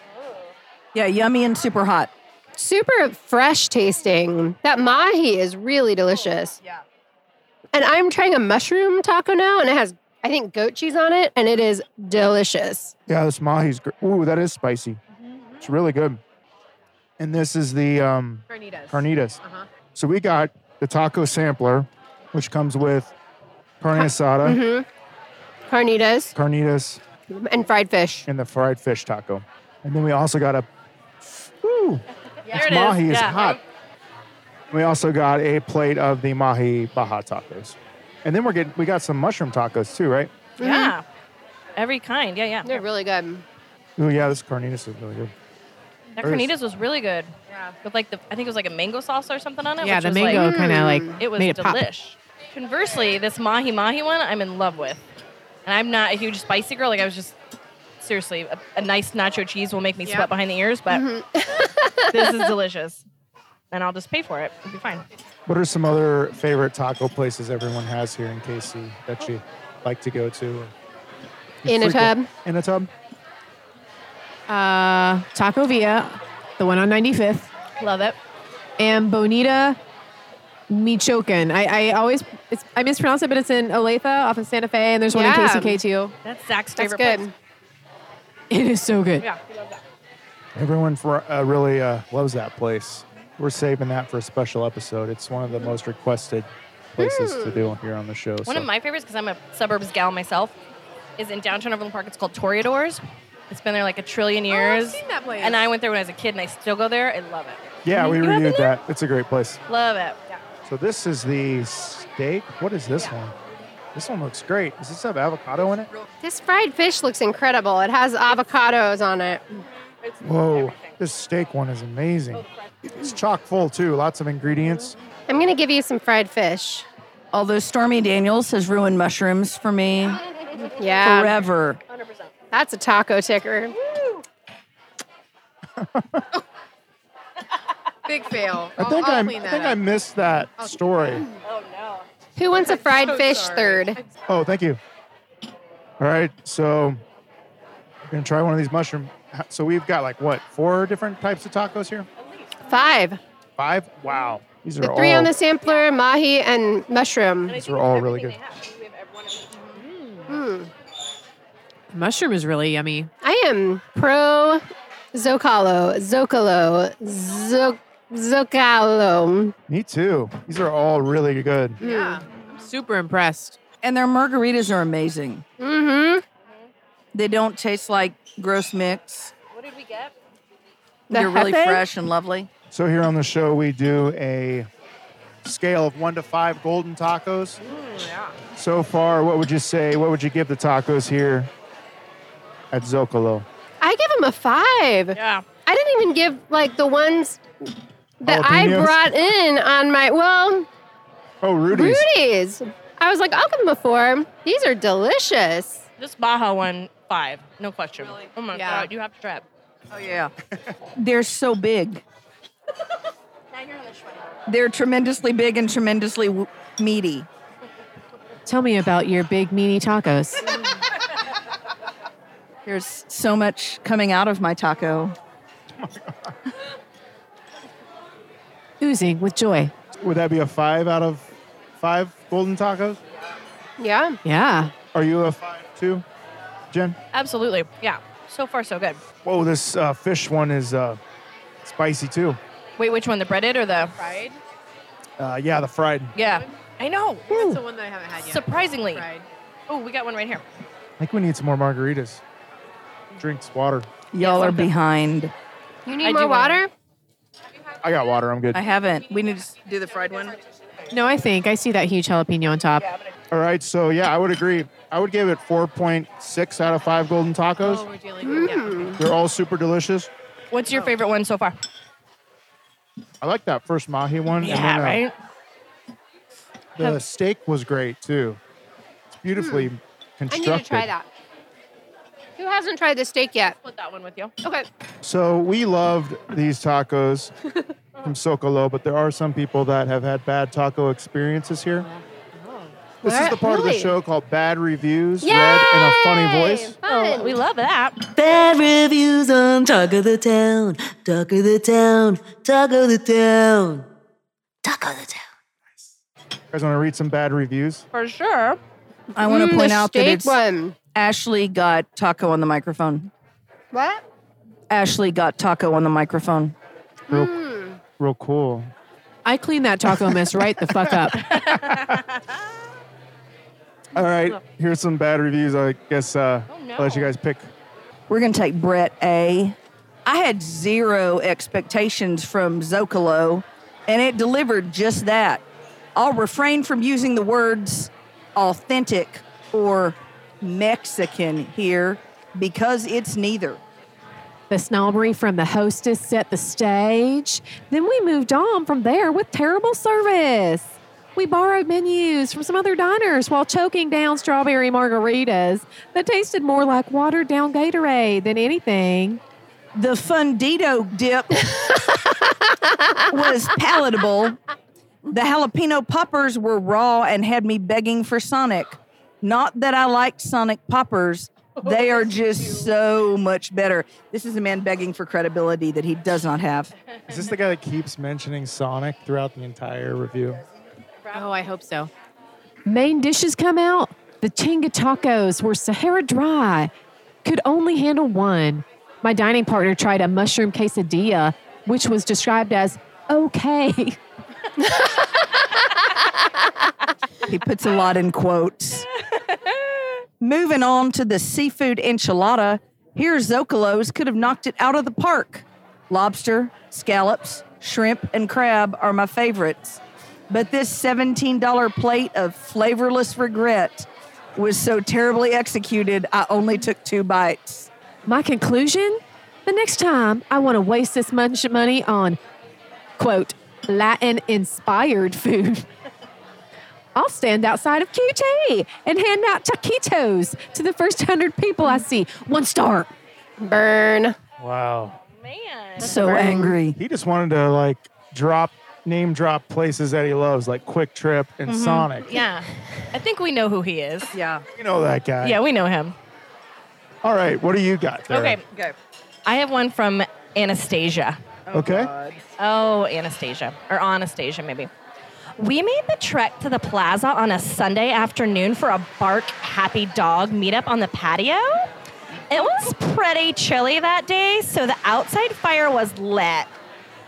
Speaker 5: Yeah, yummy and super hot.
Speaker 3: Super fresh tasting. That mahi is really delicious. Yeah. And I'm trying a mushroom taco now, and it has, I think, goat cheese on it, and it is delicious.
Speaker 1: Yeah, this Mahi's great. Ooh, that is spicy. It's really good. And this is the um,
Speaker 6: Carnitas.
Speaker 1: carnitas.
Speaker 6: Uh-huh.
Speaker 1: So we got the taco sampler, which comes with carne asada,
Speaker 3: Carnitas
Speaker 1: carnitas,
Speaker 3: and fried fish.
Speaker 1: and the fried fish taco. And then we also got a ooh, this mahi is, hot. We also got a plate of the mahi baja tacos. And then we're getting we got some mushroom tacos too, right?
Speaker 4: Yeah. Every kind. Yeah, yeah.
Speaker 3: They're really good.
Speaker 1: Oh yeah, this carnitas is really good.
Speaker 4: That
Speaker 1: Hers-
Speaker 4: carnitas was really good. Yeah. With like the, I think it was like a mango sauce or something on it.
Speaker 6: Yeah,
Speaker 4: which
Speaker 6: the
Speaker 4: was
Speaker 6: mango
Speaker 4: Like,
Speaker 6: kind of like
Speaker 4: it was
Speaker 6: made it pop.
Speaker 4: delish. Conversely, this mahi mahi one I'm in love with, and I'm not a huge spicy girl. Like I was just seriously, a, a nice nacho cheese will make me sweat behind the ears, but this is delicious, and I'll just pay for it. It'll be fine.
Speaker 1: What are some other favorite taco places everyone has here in KC that you like to go to?
Speaker 3: In a tub.
Speaker 1: In a tub.
Speaker 6: Uh, Taco Villa, the one on 95th,
Speaker 4: Love it.
Speaker 6: and Bonita Michoacan. I, I always, it's, I mispronounce it, but it's in Olathe off of Santa Fe, and there's one
Speaker 3: Yeah.
Speaker 6: in KCK too.
Speaker 4: That's Zach's
Speaker 3: That's
Speaker 4: favorite.
Speaker 3: good.
Speaker 4: Place.
Speaker 6: It is so good.
Speaker 4: Yeah.
Speaker 1: Everyone for, uh, really uh, loves that place. We're saving that for a special episode. It's one of the most requested places to do here on the show.
Speaker 4: One of my favorites, because I'm a suburbs gal myself, is in downtown Overland Park. It's called Toreadors. It's been there like a trillion years.
Speaker 6: Oh, seen that place.
Speaker 4: And I went there when I was a kid, and I still go there. I love it.
Speaker 1: yeah, we
Speaker 4: You haven't
Speaker 1: reviewed
Speaker 4: been there?
Speaker 1: that. It's a great place.
Speaker 4: Love it. Yeah.
Speaker 1: So this is the steak. What is this one? This one looks great. Does this have avocado in it?
Speaker 3: This fried fish looks incredible. It has avocados on it.
Speaker 1: Whoa, this steak one is amazing. It's chock full too. Lots of ingredients.
Speaker 3: I'm going to give you some fried fish.
Speaker 5: Although Stormy Daniels has ruined mushrooms for me
Speaker 3: Yeah.
Speaker 5: forever.
Speaker 3: That's a taco ticker.
Speaker 6: Big fail.
Speaker 1: I think I, I think I missed that story.
Speaker 3: Who wants a fried fish third?
Speaker 1: Oh, thank you. All right, so we're gonna try one of these mushroom. So we've got like what four different types of tacos here?
Speaker 3: Five.
Speaker 1: Five? Wow, these are
Speaker 3: The
Speaker 1: all
Speaker 3: three on the sampler, mahi, and mushroom.
Speaker 1: these are all really good.
Speaker 6: Mushroom is really yummy.
Speaker 3: I am pro Zocalo, Zocalo, Zo- Zocalo.
Speaker 1: Me too. These are all really good.
Speaker 6: Yeah. I'm super impressed.
Speaker 5: And their margaritas are amazing.
Speaker 3: Mm-hmm.
Speaker 5: They don't taste like gross mix.
Speaker 4: What did we get?
Speaker 3: The
Speaker 5: They're really
Speaker 3: Jefe?
Speaker 5: fresh and lovely.
Speaker 1: So here on the show we do a scale of one to five golden tacos. So far, what would you say? What would you give the tacos here at Zocalo?
Speaker 3: I give him a five.
Speaker 4: Yeah.
Speaker 3: I didn't even give like the ones that
Speaker 1: Jalapenos?
Speaker 3: I brought in on my well
Speaker 1: Oh, Rudy's.
Speaker 3: Rudy's. I was like, I'll give him a four. These are delicious.
Speaker 4: This Baja one, five. No question. Oh my
Speaker 6: Yeah.
Speaker 4: God. You have to try it.
Speaker 5: Oh yeah. They're so big. They're tremendously big and tremendously w- meaty.
Speaker 6: Tell me about your big meanie tacos.
Speaker 5: There's so much coming out of my taco.
Speaker 6: Oozing with joy.
Speaker 1: Would that be a five out of five golden tacos?
Speaker 3: Yeah.
Speaker 6: Yeah.
Speaker 1: Are you a five two, Jen?
Speaker 9: Absolutely. Yeah. So far, so good.
Speaker 1: Whoa, this uh, fish one is uh, spicy too.
Speaker 9: Wait, which one? The breaded or the fried?
Speaker 1: Uh, yeah, the fried.
Speaker 9: Yeah. I know.
Speaker 6: That's the one that I haven't had
Speaker 9: Surprisingly. Oh, we got one right here.
Speaker 1: I think we need some more margaritas. Drinks water.
Speaker 5: Y'all are behind.
Speaker 3: You need
Speaker 9: I
Speaker 3: more
Speaker 9: do wanna-
Speaker 3: water?
Speaker 1: I got water. I'm good.
Speaker 5: I haven't. We need to s- do the fried one.
Speaker 6: No, I think I see that huge jalapeno on top.
Speaker 1: All right, so yeah, I would agree. I would give it 4.6 out of five golden tacos.
Speaker 6: we're dealing with
Speaker 3: Mm.
Speaker 1: They're all super delicious.
Speaker 9: What's
Speaker 6: Oh.
Speaker 9: your favorite one so far?
Speaker 1: I like that first mahi one. and then, uh,
Speaker 9: right.
Speaker 1: The steak was great too. It's beautifully
Speaker 3: Mm. I need
Speaker 1: constructed.
Speaker 3: to try that. Who hasn't tried the steak yet?
Speaker 9: Put that one with you.
Speaker 3: Okay.
Speaker 1: So we loved these tacos from Socolo, but there are some people that have had bad taco experiences here. This is
Speaker 3: Where-
Speaker 1: the part of the
Speaker 3: really?
Speaker 1: show called Bad Reviews, read in a funny voice.
Speaker 3: Fun.
Speaker 9: We love that.
Speaker 10: Bad reviews on Talk of the Town, Talk of the Town, Talk of the Town, Talk of the Town.
Speaker 1: You guys want to read some bad reviews?
Speaker 9: For sure.
Speaker 5: I want to
Speaker 3: Mm,
Speaker 5: point
Speaker 3: the
Speaker 5: out
Speaker 3: steak
Speaker 5: that it's
Speaker 3: one.
Speaker 5: Ashley got taco on the microphone.
Speaker 3: What?
Speaker 5: Ashley got taco on the microphone.
Speaker 1: Real, real cool.
Speaker 6: I cleaned that taco mess right the fuck up.
Speaker 1: All right, here's some bad reviews. I guess uh,
Speaker 9: Oh,
Speaker 1: I'll let you guys pick.
Speaker 5: We're going to take Brett A. I had zero expectations from Zocalo, and it delivered just that. I'll refrain from using the words authentic or Mexican here because it's neither.
Speaker 6: The snobbery from the hostess set the stage. Then we moved on from there with terrible service. We borrowed menus from some other diners while choking down strawberry margaritas that tasted more like watered down Gatorade than anything.
Speaker 5: The fundido dip was palatable. The jalapeno poppers were raw and had me begging for Sonic. Not that I liked Sonic poppers. They are just so much better. This is a man begging for credibility that he does not have.
Speaker 1: Is this the guy that keeps mentioning Sonic throughout the entire review?
Speaker 6: Oh, I hope so. Main dishes come out. The chinga tacos were Sahara dry. Could only handle one. My dining partner tried a mushroom quesadilla, which was described as okay.
Speaker 5: He puts a lot in quotes. Moving on to the seafood enchilada, here Zocalo's could have knocked it out of the park. Lobster, scallops, shrimp, and crab are my favorites. But this $17 plate of flavorless regret was so terribly executed, I only took two bites.
Speaker 6: My conclusion? The next time I want to waste this much money on, quote, Latin inspired food. I'll stand outside of QT and hand out taquitos to the first hundred people I see. One star.
Speaker 3: Burn.
Speaker 1: Wow.
Speaker 5: So angry.
Speaker 1: He just wanted to like drop, name drop places that he loves, like Quick Trip and
Speaker 9: Mm-hmm.
Speaker 1: Sonic.
Speaker 9: Yeah. I think we know who he is.
Speaker 5: Yeah.
Speaker 1: You know that guy.
Speaker 9: Yeah, we know him.
Speaker 1: All right, what do you got there?
Speaker 9: Okay.
Speaker 5: Okay.
Speaker 9: I have one from Anastasia.
Speaker 1: Okay.
Speaker 9: Oh, Anastasia. Or Anastasia, maybe. We made the trek to the plaza on a Sunday afternoon for a bark happy dog meetup on the patio. It was pretty chilly that day, so the outside fire was lit.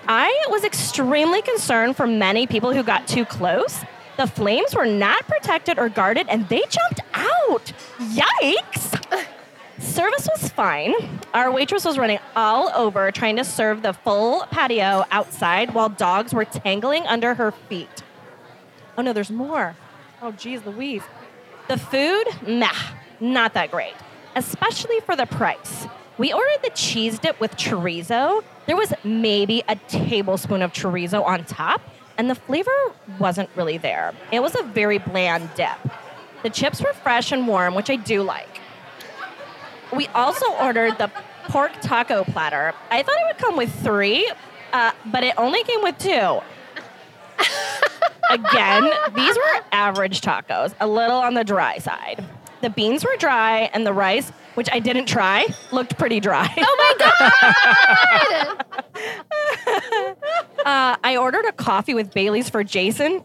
Speaker 9: I was extremely concerned for many people who got too close. The flames were not protected or guarded, and they jumped out. Yikes! Service was fine. Our waitress was running all over trying to serve the full patio outside while dogs were tangling under her feet. Oh no, there's more. Oh geez, Louise. The food, nah, not that great, especially for the price. We ordered the cheese dip with chorizo. There was maybe a tablespoon of chorizo on top, and the flavor wasn't really there. It was a very bland dip. The chips were fresh and warm, which I do like. We also ordered the pork taco platter. I thought it would come with three, uh, but it only came with two. Again, these were average tacos, a little on the dry side. The beans were dry, and the rice, which I didn't try, looked pretty dry. Oh my god! uh, I ordered a coffee with Bailey's for Jason.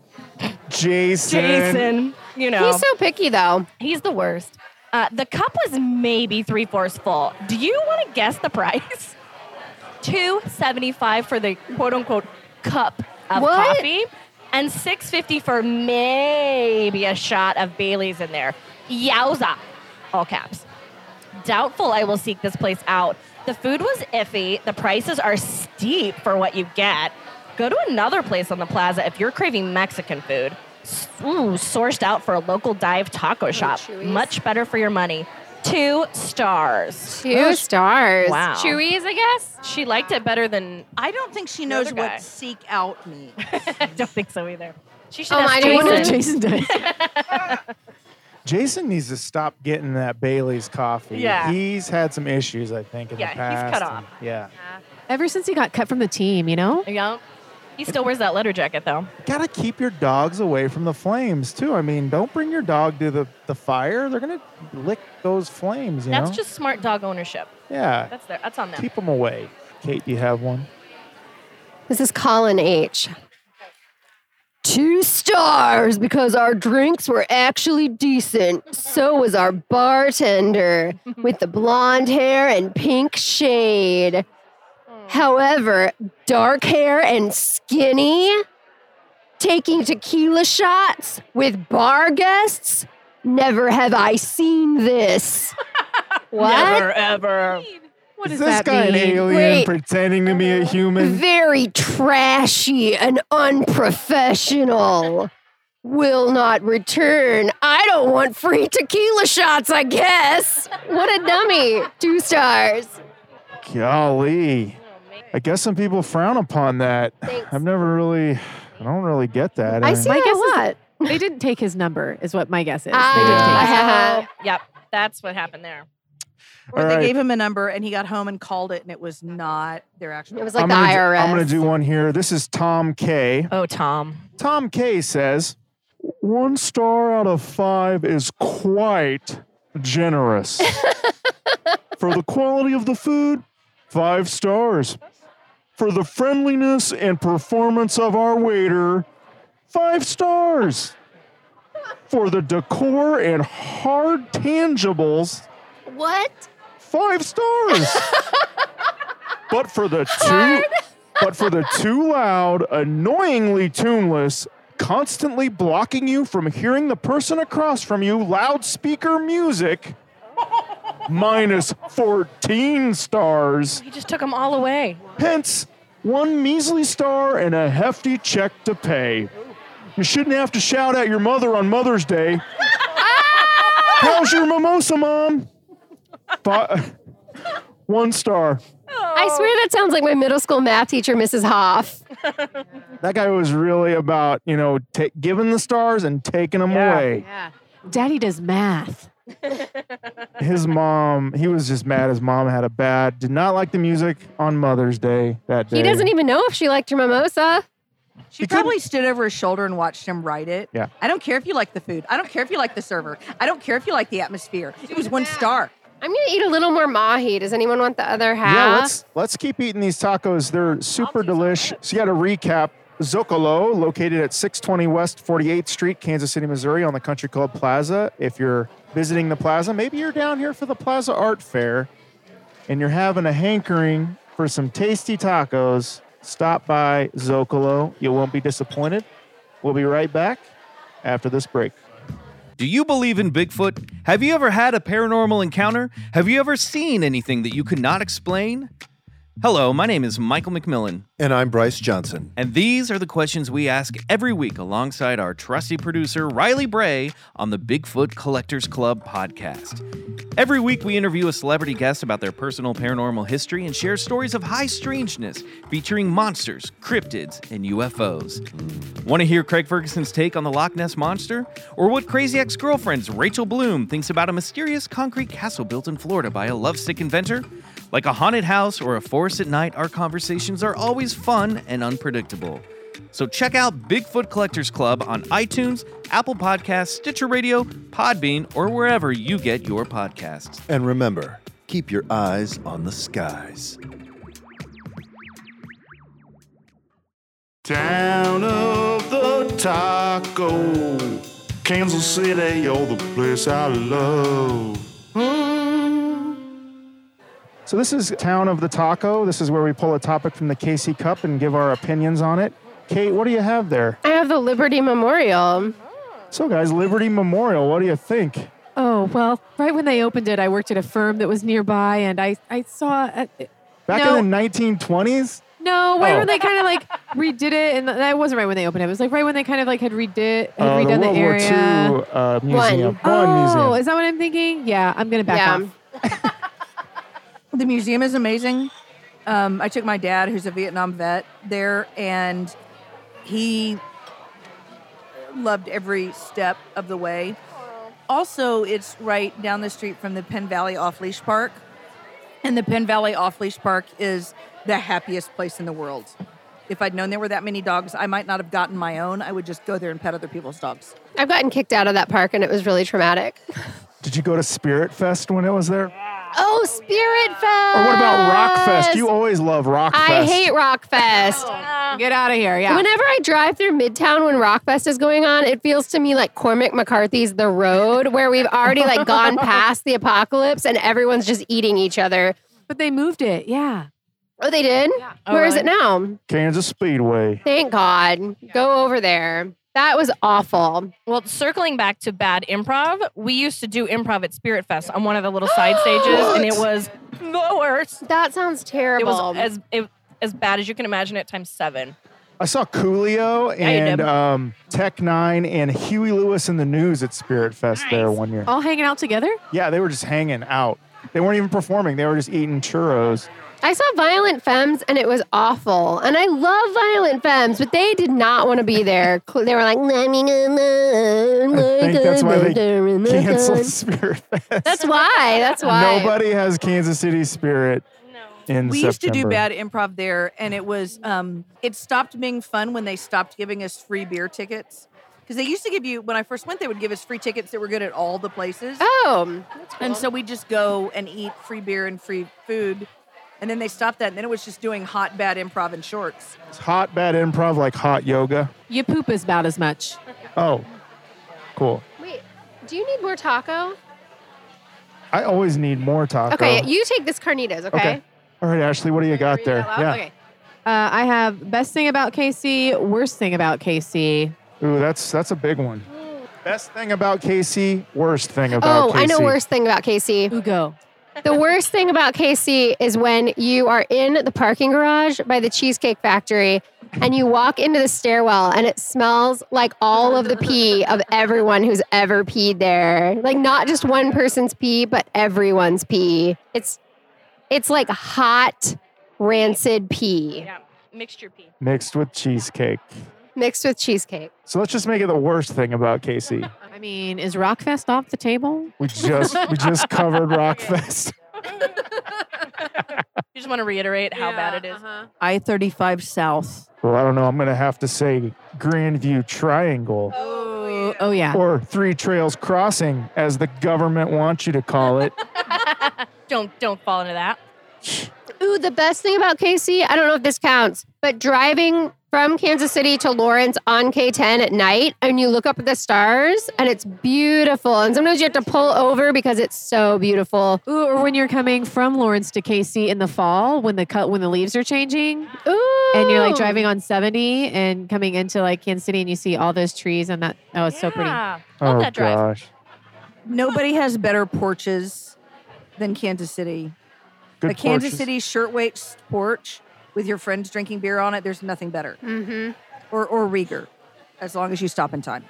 Speaker 1: Jason.
Speaker 9: Jason. you know.
Speaker 3: He's so picky though.
Speaker 9: He's the worst. Uh, the cup was maybe three fourths full. Do you want to guess the price? Two seventy five for the quote unquote cup of
Speaker 3: What?
Speaker 9: coffee, and six fifty for maybe a shot of Bailey's in there. Yowza! All caps. Doubtful I will seek this place out. The food was iffy. The prices are steep for what you get. Go to another place on the plaza if you're craving Mexican food. S- Ooh, sourced out for a local dive taco shop.
Speaker 3: Chuy's.
Speaker 9: Much better for your money. Two stars.
Speaker 3: Two
Speaker 6: Two stars.
Speaker 9: Wow.
Speaker 3: Chewies, I guess.
Speaker 9: She liked it better than
Speaker 5: I don't think she
Speaker 9: The
Speaker 5: knows
Speaker 9: other guy.
Speaker 5: what seek out means.
Speaker 9: I don't think so either. She should
Speaker 3: Oh, I
Speaker 9: ask
Speaker 3: didn't
Speaker 9: Jason.
Speaker 3: wanna-
Speaker 6: What Jason does.
Speaker 1: Jason needs to stop getting that Bailey's coffee.
Speaker 9: Yeah.
Speaker 1: He's had some issues, I think, in
Speaker 9: Yeah,
Speaker 1: the
Speaker 9: he's
Speaker 1: past.
Speaker 9: cut off.
Speaker 1: and- Yeah.
Speaker 6: Ever since he got cut from the team, you know?
Speaker 9: Yeah. He still wears that letter jacket though.
Speaker 1: Gotta keep your dogs away from the flames, too. I mean, don't bring your dog to the, the fire. They're going to lick those flames, you
Speaker 9: That's
Speaker 1: know?
Speaker 9: just smart dog ownership.
Speaker 1: yeah.
Speaker 9: That's their, that's on them.
Speaker 1: Keep them away. Kate, do you have one?
Speaker 3: This is Colin H. Two stars because our drinks were actually decent. So was our bartender with the blonde hair and pink shade. However, dark hair and skinny, taking tequila shots with bar guests. Never have I seen this. What?
Speaker 9: ever.
Speaker 6: What
Speaker 1: Is
Speaker 6: does
Speaker 1: this
Speaker 6: that
Speaker 1: guy an
Speaker 6: mean?
Speaker 1: alien
Speaker 3: Wait.
Speaker 1: pretending to be a human?
Speaker 3: Very trashy and unprofessional. Will not return. I don't want free tequila shots, I guess. What a dummy. Two stars.
Speaker 1: Golly. I guess some people frown upon that. I've never really, I don't really get that.
Speaker 3: I
Speaker 1: mean,
Speaker 3: see
Speaker 6: My
Speaker 3: it
Speaker 6: guess
Speaker 3: a
Speaker 6: is-
Speaker 3: lot.
Speaker 6: They didn't take his number, is what my guess is. they didn't take
Speaker 3: Ah,
Speaker 6: his
Speaker 3: haha.
Speaker 9: Yep, that's what happened there.
Speaker 5: Or
Speaker 1: All
Speaker 5: they
Speaker 1: right.
Speaker 5: gave him a number and he got home and called it and it was not their actual.
Speaker 3: It was like
Speaker 1: I'm
Speaker 3: the
Speaker 1: gonna,
Speaker 3: IRS.
Speaker 1: I'm going to do one here. This is Tom K.
Speaker 9: Oh, Tom.
Speaker 1: Tom K says, one star out of five is quite generous. For the quality of the food, five stars. For the friendliness and performance of our waiter, five stars. For the decor and hard tangibles,
Speaker 3: What?
Speaker 1: five stars. but for the two, but for the too loud, annoyingly tuneless, constantly blocking you from hearing the person across from you loudspeaker music, minus 14 stars.
Speaker 9: He just took them all away.
Speaker 1: Hence, one measly star and a hefty check to pay. You shouldn't have to shout at your mother on Mother's Day. How's your mimosa, mom? Fi- one star.
Speaker 3: I swear that sounds like my middle school math teacher, Mrs. Hoff.
Speaker 1: That guy was really about, you know, ta- giving the stars and taking them away.
Speaker 6: number. Daddy does math.
Speaker 1: His mom, he was just mad. His mom had a bad, did not like the music on Mother's Day that day.
Speaker 3: He doesn't even know if she liked her mimosa.
Speaker 5: She probably stood over his shoulder and watched him write it.
Speaker 1: Yeah.
Speaker 5: I don't care if you like the food. I don't care if you like the server. I don't care if you like the atmosphere. It was one star.
Speaker 3: I'm going to eat a little more mahi. Does anyone want the other half?
Speaker 1: Yeah, let's let's keep eating these tacos. They're super delish. So you got to recap. Zocalo, located at 620 West 48th Street, Kansas City, Missouri, on the Country Club Plaza. If you're visiting the plaza, maybe you're down here for the Plaza Art Fair and you're having a hankering for some tasty tacos, stop by Zocalo. You won't be disappointed. We'll be right back after this break.
Speaker 11: Do you believe in Bigfoot? Have you ever had a paranormal encounter? Have you ever seen anything that you could not explain? Hello, my name is Michael McMillan,
Speaker 12: And I'm Bryce Johnson.
Speaker 11: and these are the questions we ask every week alongside our trusty producer, Riley Bray, on the Bigfoot Collectors Club podcast. Every week, we interview a celebrity guest about their personal paranormal history and share stories of high strangeness featuring monsters, cryptids, and UFOs. Want to hear Craig Ferguson's take on the Loch Ness Monster? Or what crazy ex girlfriend's Rachel Bloom thinks about a mysterious concrete castle built in Florida by a lovesick inventor? Like a haunted house or a forest at night, our conversations are always fun and unpredictable. So check out Bigfoot Collectors Club on iTunes, Apple Podcasts, Stitcher Radio, Podbean, or wherever you get your podcasts.
Speaker 12: And remember, keep your eyes on the skies.
Speaker 2: Town of the Taco.
Speaker 13: Kansas City, oh, the place I love.
Speaker 1: So this is Town of the Taco. This is where we pull a topic from the KC Cup and give our opinions on it. Kate, what do you have there?
Speaker 3: I have the Liberty Memorial.
Speaker 1: So guys, Liberty Memorial, what do you think?
Speaker 6: Oh, well, right when they opened it, I worked at a firm that was nearby and I, I saw. A,
Speaker 1: Back
Speaker 6: no,
Speaker 1: in the 1920s?
Speaker 6: No, right
Speaker 1: Oh.
Speaker 6: when they kind of like redid it, and that wasn't right when they opened it. It was like right when they kind of like had redid, had
Speaker 1: Uh, the
Speaker 6: redone
Speaker 1: World
Speaker 6: the,
Speaker 1: War
Speaker 6: area.
Speaker 1: II uh, museum.
Speaker 6: Oh,
Speaker 1: museum.
Speaker 6: is that what I'm thinking? Yeah, I'm gonna back
Speaker 5: Yeah.
Speaker 6: off.
Speaker 5: The museum is amazing. Um, I took my dad, who's a Vietnam vet, there, and he loved every step of the way. Also, it's right down the street from the Penn Valley Off Leash Park, and the Penn Valley Off Leash Park is the happiest place in the world. If I'd known there were that many dogs, I might not have gotten my own. I would just go there and pet other people's dogs.
Speaker 3: I've gotten kicked out of that park and it was really traumatic.
Speaker 1: Did you go to Spirit Fest when it was there?
Speaker 3: Oh, Spirit Fest.
Speaker 1: Or what about Rock Fest? You always love Rock Fest.
Speaker 3: I hate Rockfest.
Speaker 6: Get out of here, yeah.
Speaker 3: Whenever I drive through Midtown when Rockfest is going on, it feels to me like Cormac McCarthy's The Road, where we've already like gone past the apocalypse and everyone's just eating each other.
Speaker 6: But they moved it, yeah.
Speaker 3: Oh, they did?
Speaker 6: Oh,
Speaker 3: Where is
Speaker 6: really?
Speaker 3: it now?
Speaker 1: Kansas Speedway.
Speaker 3: Thank God. Go over there. That was awful.
Speaker 9: Well, circling back to bad improv, we used to do improv at Spirit Fest on one of the little side stages, and it was the worst.
Speaker 3: That sounds
Speaker 9: it
Speaker 3: terrible.
Speaker 9: was as it, as bad as you can imagine it times seven.
Speaker 1: I saw Coolio
Speaker 9: Yeah, you did.
Speaker 1: and um, Tech Nine and Huey Lewis in the news at Spirit Fest there one year.
Speaker 6: All hanging out together?
Speaker 1: Yeah, they were just hanging out. They weren't even performing. They were just eating churros.
Speaker 3: I saw Violent Femmes and it was awful. And I love Violent Femmes, but they did not want to be there. Cl- They were like,
Speaker 1: I think that's
Speaker 3: that's
Speaker 1: why they canceled Spirit Fest.
Speaker 3: That's why. That's why.
Speaker 1: Nobody has Kansas City Spirit in
Speaker 5: we
Speaker 1: September.
Speaker 5: used to do bad improv there and it was um it stopped being fun when they stopped giving us free beer tickets because they used to give you when i first went they would give us free tickets that were good at all the places
Speaker 3: oh
Speaker 5: and so we just go and eat free beer and free food and then they stopped that and then it was just doing hot bad improv in shorts
Speaker 1: It's hot bad improv like hot yoga.
Speaker 6: You poop is about as much.
Speaker 1: Oh, cool.
Speaker 3: Wait, do you need more taco?
Speaker 1: I always need more taco.
Speaker 3: Okay, you take this carnitas, okay?
Speaker 1: All right, Ashley, what do you got there?
Speaker 6: out loud?
Speaker 1: Yeah.
Speaker 6: Uh, I have best thing about KC, worst thing about KC.
Speaker 1: Ooh, that's that's a big one. Best thing about KC, worst thing about
Speaker 3: oh,
Speaker 1: KC.
Speaker 3: I know worst thing about KC.
Speaker 6: Ugo.
Speaker 3: The worst thing about KC is when you are in the parking garage by the Cheesecake Factory and you walk into the stairwell and it smells like all of the pee of everyone who's ever peed there. Like not just one person's pee, but everyone's pee. It's it's like hot rancid pee
Speaker 9: Yeah, mixture pee.
Speaker 1: Mixed with cheesecake.
Speaker 3: mixed with cheesecake.
Speaker 1: So let's just make it the worst thing about KC.
Speaker 6: I mean, is Rockfest off the table?
Speaker 1: We just we just covered Rockfest.
Speaker 9: You just want to reiterate how bad it is.
Speaker 5: i-35 south
Speaker 1: Well, I don't know. I'm gonna have to say Grandview Triangle
Speaker 6: Oh, oh yeah.
Speaker 1: or Three Trails Crossing, as the government wants you to call it.
Speaker 9: Don't don't fall into that.
Speaker 3: Ooh, the best thing about KC, I don't know if this counts, but driving from Kansas City to Lawrence on K10 at night and you look up at the stars and it's beautiful. And sometimes you have to pull over because it's so beautiful.
Speaker 6: Ooh, or when you're coming from Lawrence to KC in the fall when the cut when the leaves are changing
Speaker 3: Ooh.
Speaker 6: and you're like driving on 70 and coming into like Kansas City and you see all those trees and that oh it's so pretty.
Speaker 9: Yeah.
Speaker 1: oh
Speaker 9: that drive.
Speaker 1: gosh,
Speaker 5: nobody has better porches than kansas city
Speaker 1: good
Speaker 5: the kansas
Speaker 1: porches.
Speaker 5: city shirtwaist porch with your friends drinking beer on it there's nothing better
Speaker 3: Mm-hmm.
Speaker 5: or or Rieger, as long as you stop in time.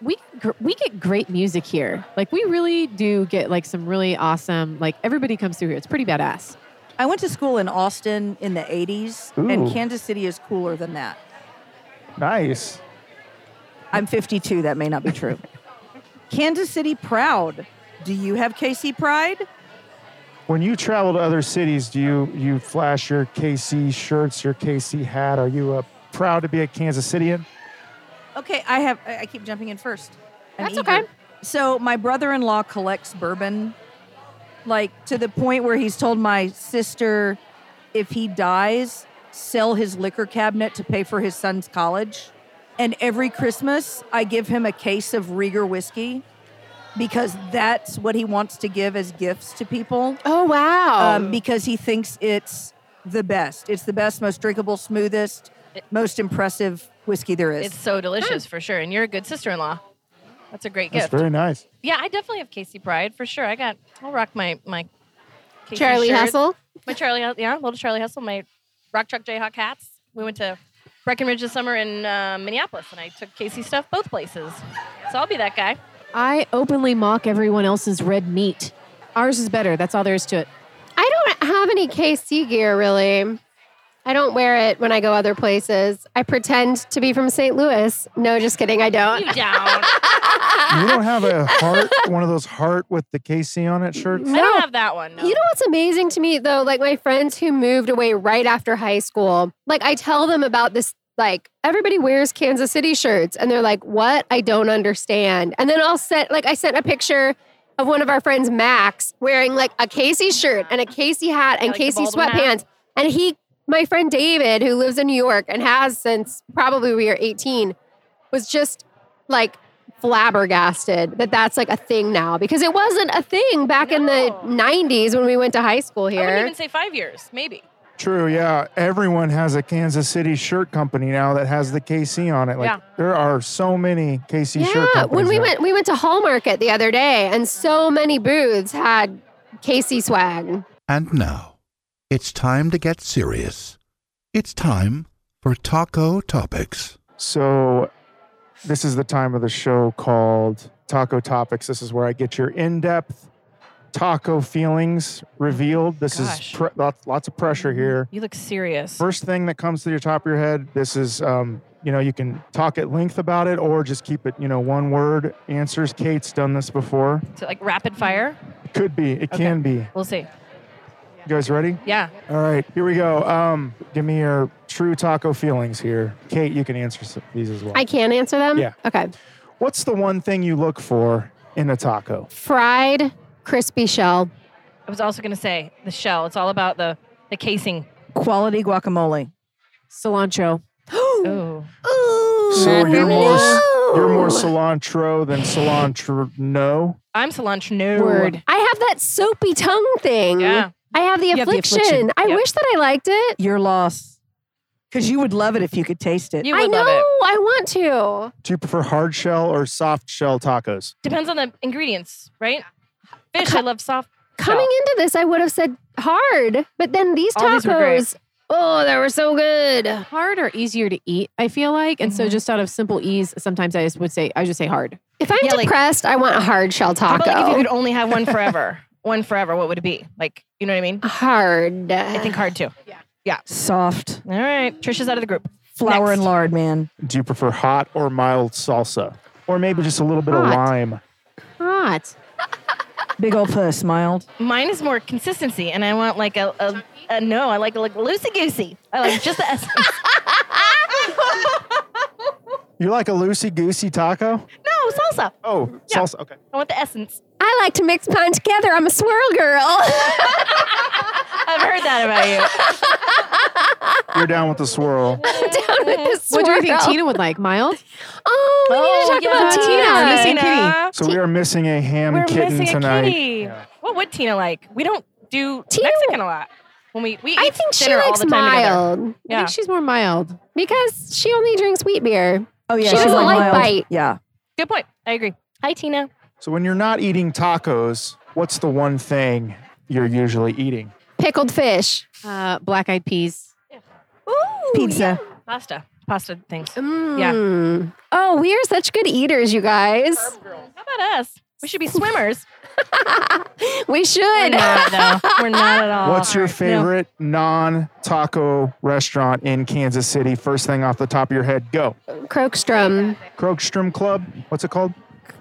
Speaker 6: we get gr- we get great music here. Like we really do get like some really awesome. Like everybody comes through here. It's pretty badass.
Speaker 5: I went to school in Austin in the 80s,
Speaker 1: Ooh.
Speaker 5: and Kansas City is cooler than that.
Speaker 1: Nice.
Speaker 5: I'm 52, that may not be true. Kansas City proud. Do you have KC pride?
Speaker 1: When you travel to other cities, do you you flash your KC shirts, your KC hat? Are you uh, proud to be a Kansas Cityan?
Speaker 5: Okay, I have. I I keep jumping in first. I'm
Speaker 3: That's
Speaker 5: eager.
Speaker 3: okay.
Speaker 5: So my brother-in-law collects bourbon, like to the point where he's told my sister, if he dies, sell his liquor cabinet to pay for his son's college. And every Christmas, I give him a case of Rieger whiskey because that's what he wants to give as gifts to people.
Speaker 6: Oh, wow.
Speaker 5: Um, because he thinks it's the best. It's the best, most drinkable, smoothest, most impressive whiskey there is.
Speaker 9: It's so delicious for sure. And you're a good sister in law. That's a great
Speaker 1: That's
Speaker 9: gift.
Speaker 1: very nice.
Speaker 9: Yeah, I definitely have Casey Pride for sure. I got. I'll rock my my. Casey
Speaker 3: Charlie
Speaker 9: shirt.
Speaker 3: Hustle?
Speaker 9: My Charlie, Hus- yeah, little Charlie Hustle. My Rock Truck Jayhawk hats. We went to Breckenridge this summer in uh, Minneapolis, and I took Casey stuff both places. So I'll be that guy.
Speaker 6: I openly mock everyone else's red meat. Ours is better. That's all there is to it.
Speaker 3: I don't have any KC gear really. I don't wear it when I go other places. I pretend to be from St. Louis. No, just kidding. I don't.
Speaker 9: You don't.
Speaker 1: You don't have a heart, one of those heart with the KC on it shirts?
Speaker 9: I don't have that one.
Speaker 3: You know what's amazing to me though? Like my friends who moved away right after high school, like I tell them about this, like everybody wears Kansas City shirts and they're like, what? I don't understand. And then I'll send, like, I sent a picture of one of our friends, Max, wearing like a Casey shirt and a Casey hat and
Speaker 9: like the
Speaker 3: Casey
Speaker 9: Baldwin hat.
Speaker 3: sweatpants. And he, my friend David, who lives in New York and has since probably we were 18, was just like flabbergasted that that's like a thing now because it wasn't a thing back in the 90s when we went to high school
Speaker 9: I wouldn't
Speaker 3: here.
Speaker 9: even say five years, maybe.
Speaker 1: True, yeah. Everyone has a Kansas City shirt company now that has the KC on it. Like
Speaker 3: Yeah.
Speaker 1: there are so many KC shirt
Speaker 3: Yeah,
Speaker 1: companies.
Speaker 3: when we
Speaker 1: now.
Speaker 3: went we went to Hall Market the other day and so many booths had Casey swag.
Speaker 14: And now, it's time to get serious. It's time for Taco Topics.
Speaker 1: So, this is the time of the show called Taco Topics. This is where I get your in depth taco feelings revealed. This
Speaker 9: Gosh.
Speaker 1: is pre- lots, lots of pressure
Speaker 3: Mm-hmm.
Speaker 1: here.
Speaker 9: You look serious.
Speaker 1: First thing that comes to your top of your head, this is, um, you know, you can talk at length about it or just keep it, you know, one word answers. Kate's done this before.
Speaker 9: Is it like rapid fire?
Speaker 1: It could be, it can be. You
Speaker 9: We'll see.
Speaker 1: guys ready?
Speaker 9: Yeah.
Speaker 1: All right, here we go. Um, give me your true taco feelings here. Kate, you can answer s- these as well.
Speaker 3: I can't answer them.
Speaker 1: Yeah.
Speaker 3: Okay.
Speaker 1: What's the one thing you look for in a taco?
Speaker 3: Fried crispy shell.
Speaker 9: I was also gonna say the shell. It's all about the the casing.
Speaker 5: Quality guacamole.
Speaker 6: Cilantro.
Speaker 9: Ooh.
Speaker 1: So
Speaker 9: Let
Speaker 1: you're
Speaker 9: me
Speaker 1: more s- you're more cilantro than cilantro. No,
Speaker 9: I'm cilantro.
Speaker 3: I have that soapy tongue thing.
Speaker 9: Yeah.
Speaker 3: I have the,
Speaker 5: You have the
Speaker 3: affliction.
Speaker 5: affliction.
Speaker 3: I
Speaker 5: Yep.
Speaker 3: wish that I liked it.
Speaker 5: Your loss. Because you would love it if you could taste it.
Speaker 3: I know. I want to.
Speaker 1: do you prefer hard shell or soft shell tacos?
Speaker 9: Depends on the ingredients, right? Fish, I love soft.
Speaker 3: Coming into this, I would have said hard, but then these
Speaker 6: All
Speaker 3: tacos,
Speaker 6: these were great.
Speaker 3: oh, they were so good.
Speaker 6: Hard or easier to eat, I feel like. And so just out of simple ease, sometimes I just would say, I just say hard.
Speaker 3: If I'm
Speaker 9: Yeah, like-
Speaker 3: depressed, I want a hard shell
Speaker 9: How
Speaker 3: taco.
Speaker 9: about like if you could only have one forever? one forever, what would it be? Like, you know what I mean?
Speaker 3: hard.
Speaker 9: I think hard too. Yeah. Yeah.
Speaker 5: Soft.
Speaker 9: All right. Trisha's out of the group.
Speaker 5: Flour and lard, man.
Speaker 1: Do you prefer hot or mild salsa, or maybe just a little bit of
Speaker 5: Hot.
Speaker 1: lime?
Speaker 6: Hot.
Speaker 5: Big old puss, mild.
Speaker 9: Mine is more consistency, and I want like a, a, a no. I like a like loosey goosey. I like just the essence.
Speaker 1: You like a loosey goosey taco?
Speaker 9: no salsa.
Speaker 1: Oh,
Speaker 9: Yeah.
Speaker 1: salsa. Okay.
Speaker 9: I want the essence.
Speaker 3: I like to mix mine together. I'm a swirl girl.
Speaker 9: I've heard that about you.
Speaker 1: You're down with the swirl.
Speaker 3: Down with the swirl.
Speaker 6: What do you think Tina would like? Mild?
Speaker 3: Oh, we
Speaker 9: Oh,
Speaker 3: need to
Speaker 9: yeah,
Speaker 3: talk about
Speaker 9: Tina.
Speaker 3: Tina.
Speaker 6: We're missing
Speaker 9: Tina.
Speaker 6: kitty.
Speaker 1: So we are missing a ham
Speaker 9: We're
Speaker 1: kitten
Speaker 9: missing
Speaker 1: tonight.
Speaker 9: a kitty. What would Tina like? We don't do
Speaker 3: Tina-
Speaker 9: Mexican a lot. When we we eat
Speaker 3: I think she
Speaker 9: dinner all
Speaker 3: likes
Speaker 9: the time together.
Speaker 3: mild
Speaker 6: I
Speaker 9: Yeah.
Speaker 6: think she's more mild.
Speaker 3: because she only drinks wheat beer.
Speaker 5: Oh, yeah.
Speaker 3: She
Speaker 5: she's
Speaker 3: doesn't like
Speaker 5: mild.
Speaker 3: bite.
Speaker 5: Yeah.
Speaker 9: Good point. I agree. Hi Tina.
Speaker 1: So when you're not eating tacos, what's the one thing you're usually eating?
Speaker 3: Pickled fish.
Speaker 6: Uh, black eyed peas.
Speaker 5: Pizza.
Speaker 9: Pasta. Pasta things. How
Speaker 3: Mm. Oh, we are such good eaters, you guys.
Speaker 9: about us? We should be swimmers.
Speaker 3: We
Speaker 9: We're
Speaker 3: should.
Speaker 9: not though. We're not at all.
Speaker 1: What's your
Speaker 9: Alright, Uh, no.
Speaker 1: favorite non taco restaurant in Kansas City? First thing off the top of your head, go.
Speaker 3: Krogstrom.
Speaker 1: Krogstrom Club. What's it called?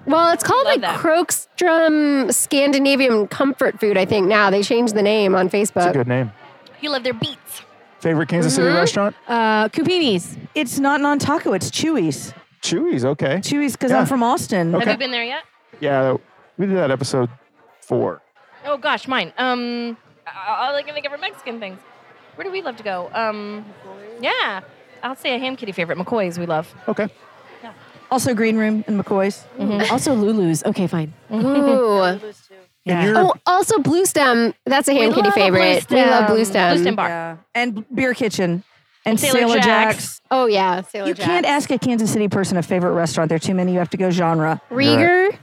Speaker 3: Well, it's called
Speaker 9: Love
Speaker 3: like
Speaker 9: that.
Speaker 3: Krogstrom Scandinavian Comfort Food, I think now. They changed the name on
Speaker 1: It's a
Speaker 3: Facebook.
Speaker 1: good name.
Speaker 9: You love their beets.
Speaker 1: Favorite Kansas City restaurant?
Speaker 6: Uh, Cupinis.
Speaker 5: It's not non taco, it's Chewy's.
Speaker 1: Chewy's. Okay.
Speaker 5: Chewy's, because
Speaker 1: Yeah.
Speaker 5: I'm from Austin.
Speaker 1: Okay.
Speaker 9: Have you been there yet?
Speaker 1: Yeah, we did that episode four.
Speaker 9: Oh gosh, mine. Um, I- I- all I can think of are Mexican things. Where do we love to go? Um, yeah, I'll say a ham kitty favorite. McCoy's we love.
Speaker 1: Okay.
Speaker 5: Also, Green Room and McCoy's.
Speaker 6: Also, Lulu's. Okay, fine.
Speaker 3: Ooh. Oh, also Blue Stem. That's a
Speaker 5: We
Speaker 3: ham kitty
Speaker 5: love a Blue
Speaker 3: favorite. We love Blue
Speaker 5: Stem.
Speaker 3: Stem.
Speaker 5: Blue Stem bar. Yeah. And B- Beer Kitchen. And Sailor Jack's.
Speaker 3: Oh yeah, Sailor
Speaker 5: You
Speaker 3: Jack's.
Speaker 5: can't ask a Kansas City person a favorite restaurant. There are too many. You have to go genre.
Speaker 3: Rieger.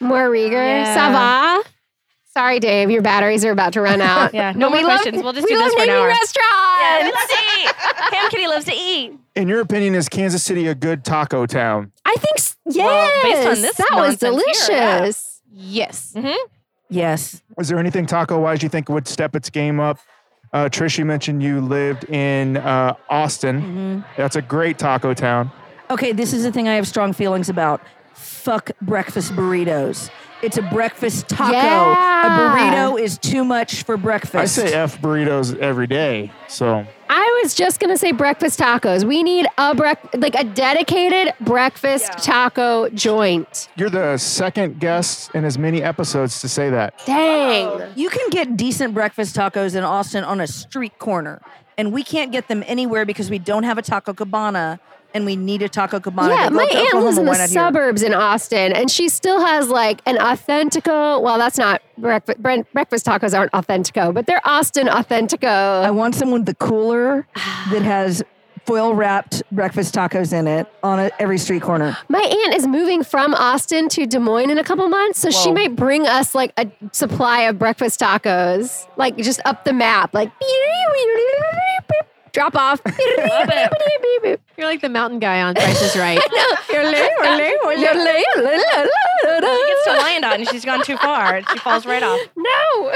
Speaker 3: More Rieger.
Speaker 5: Yeah.
Speaker 3: Sava. Sorry, Dave. Your batteries are about to run out.
Speaker 9: Yeah, no
Speaker 3: But
Speaker 9: more
Speaker 3: we love-
Speaker 9: questions. we'll just
Speaker 3: we
Speaker 9: do
Speaker 3: love
Speaker 9: this for an
Speaker 3: naming
Speaker 9: hour. Yeah,
Speaker 3: restaurants.
Speaker 9: let's see. ham kitty loves to eat.
Speaker 1: In your opinion, is Kansas City a good taco town?
Speaker 3: I think s- yes.
Speaker 9: based on this
Speaker 3: that was
Speaker 9: nonsense here, yeah.
Speaker 3: delicious. Mm-hmm.
Speaker 6: Yes.
Speaker 5: Yes.
Speaker 1: Is there anything taco wise you think would step its game up? Uh, Trish, you mentioned you lived in uh, Austin.
Speaker 9: Mm-hmm.
Speaker 1: That's a great taco town.
Speaker 5: Okay, this is the thing I have strong feelings about. Fuck breakfast burritos. It's a breakfast taco.
Speaker 3: Yeah.
Speaker 5: A burrito is too much for breakfast.
Speaker 1: I say uh, F burritos every day. So
Speaker 3: I was just gonna say breakfast tacos. We need a brec- like a dedicated breakfast taco joint.
Speaker 1: you're the second guest in as many episodes to say that.
Speaker 3: Dang.
Speaker 5: You can get decent breakfast tacos in Austin on a street corner, and we can't get them anywhere because we don't have a taco cabana, and we need a taco cabana.
Speaker 3: yeah,
Speaker 5: They go
Speaker 3: my
Speaker 5: up to
Speaker 3: aunt
Speaker 5: Oklahoma,
Speaker 3: lives in
Speaker 5: why
Speaker 3: the
Speaker 5: not here?
Speaker 3: suburbs in Austin, and she still has like an Authentico. Well, that's not breakfast. Breakfast tacos aren't Authentico, but they're Austin Authentico.
Speaker 5: I want someone with the cooler that has foil wrapped breakfast tacos in it on a, every street corner.
Speaker 3: My aunt is moving from Austin to Des Moines in a couple months, so she
Speaker 5: Whoa.
Speaker 3: might bring us like a supply of breakfast tacos, like just up the map, like drop off.
Speaker 6: You're like the mountain guy on Price is Right.
Speaker 9: She gets to land on. She's gone too far. She falls right off.
Speaker 3: No.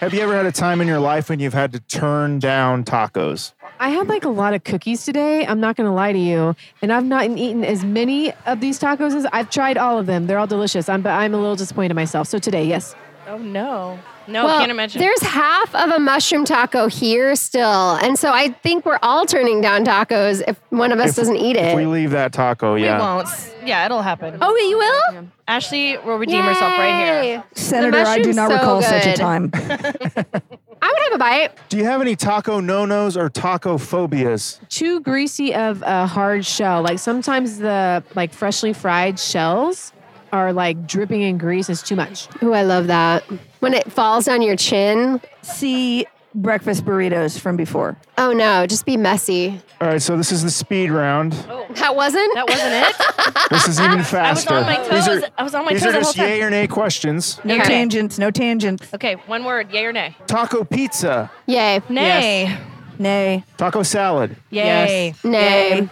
Speaker 1: Have you ever had a time in your life when you've had to turn down tacos?
Speaker 6: I had like a lot of cookies today. I'm not going to lie to you. And I've not eaten as many of these tacos as I've tried all of them. They're all delicious. I'm, but I'm a little disappointed in myself. So today, yes.
Speaker 9: Oh no. No,
Speaker 3: Well,
Speaker 9: can't imagine.
Speaker 3: There's half of a mushroom taco here still, and so I think we're all turning down tacos if one of us
Speaker 1: If-
Speaker 3: doesn't eat
Speaker 1: If
Speaker 3: it.
Speaker 1: we leave that taco,
Speaker 9: we
Speaker 1: yeah.
Speaker 9: won't. Yeah, it'll happen.
Speaker 3: oh, you will.
Speaker 9: Ashley will redeem herself right
Speaker 3: Yay.
Speaker 9: here.
Speaker 3: The
Speaker 5: Senator, I do
Speaker 3: mushroom's
Speaker 5: not
Speaker 3: so
Speaker 5: recall such a
Speaker 3: good.
Speaker 5: time.
Speaker 3: I would have a bite.
Speaker 1: Do you have any taco no nos or taco phobias?
Speaker 6: Too greasy of a hard shell. Like sometimes the like freshly fried shells are like dripping in grease. It's too much.
Speaker 3: Ooh, I love that. When it falls on your chin.
Speaker 5: See breakfast burritos from before.
Speaker 3: Oh no, just be messy.
Speaker 1: All right, so this is the speed round.
Speaker 3: That wasn't.
Speaker 9: That wasn't it.
Speaker 1: This is even faster.
Speaker 9: on my
Speaker 1: These
Speaker 9: toes. I was on my
Speaker 1: these
Speaker 9: toes
Speaker 1: are
Speaker 9: the
Speaker 1: just
Speaker 9: whole time.
Speaker 1: yay or nay questions.
Speaker 5: No
Speaker 9: Okay.
Speaker 5: tangents, no tangents.
Speaker 9: Okay, one word, yay or nay?
Speaker 1: Taco pizza,
Speaker 3: Yay.
Speaker 9: Nay.
Speaker 5: Nay.
Speaker 1: taco salad,
Speaker 9: Yay.
Speaker 3: Nay.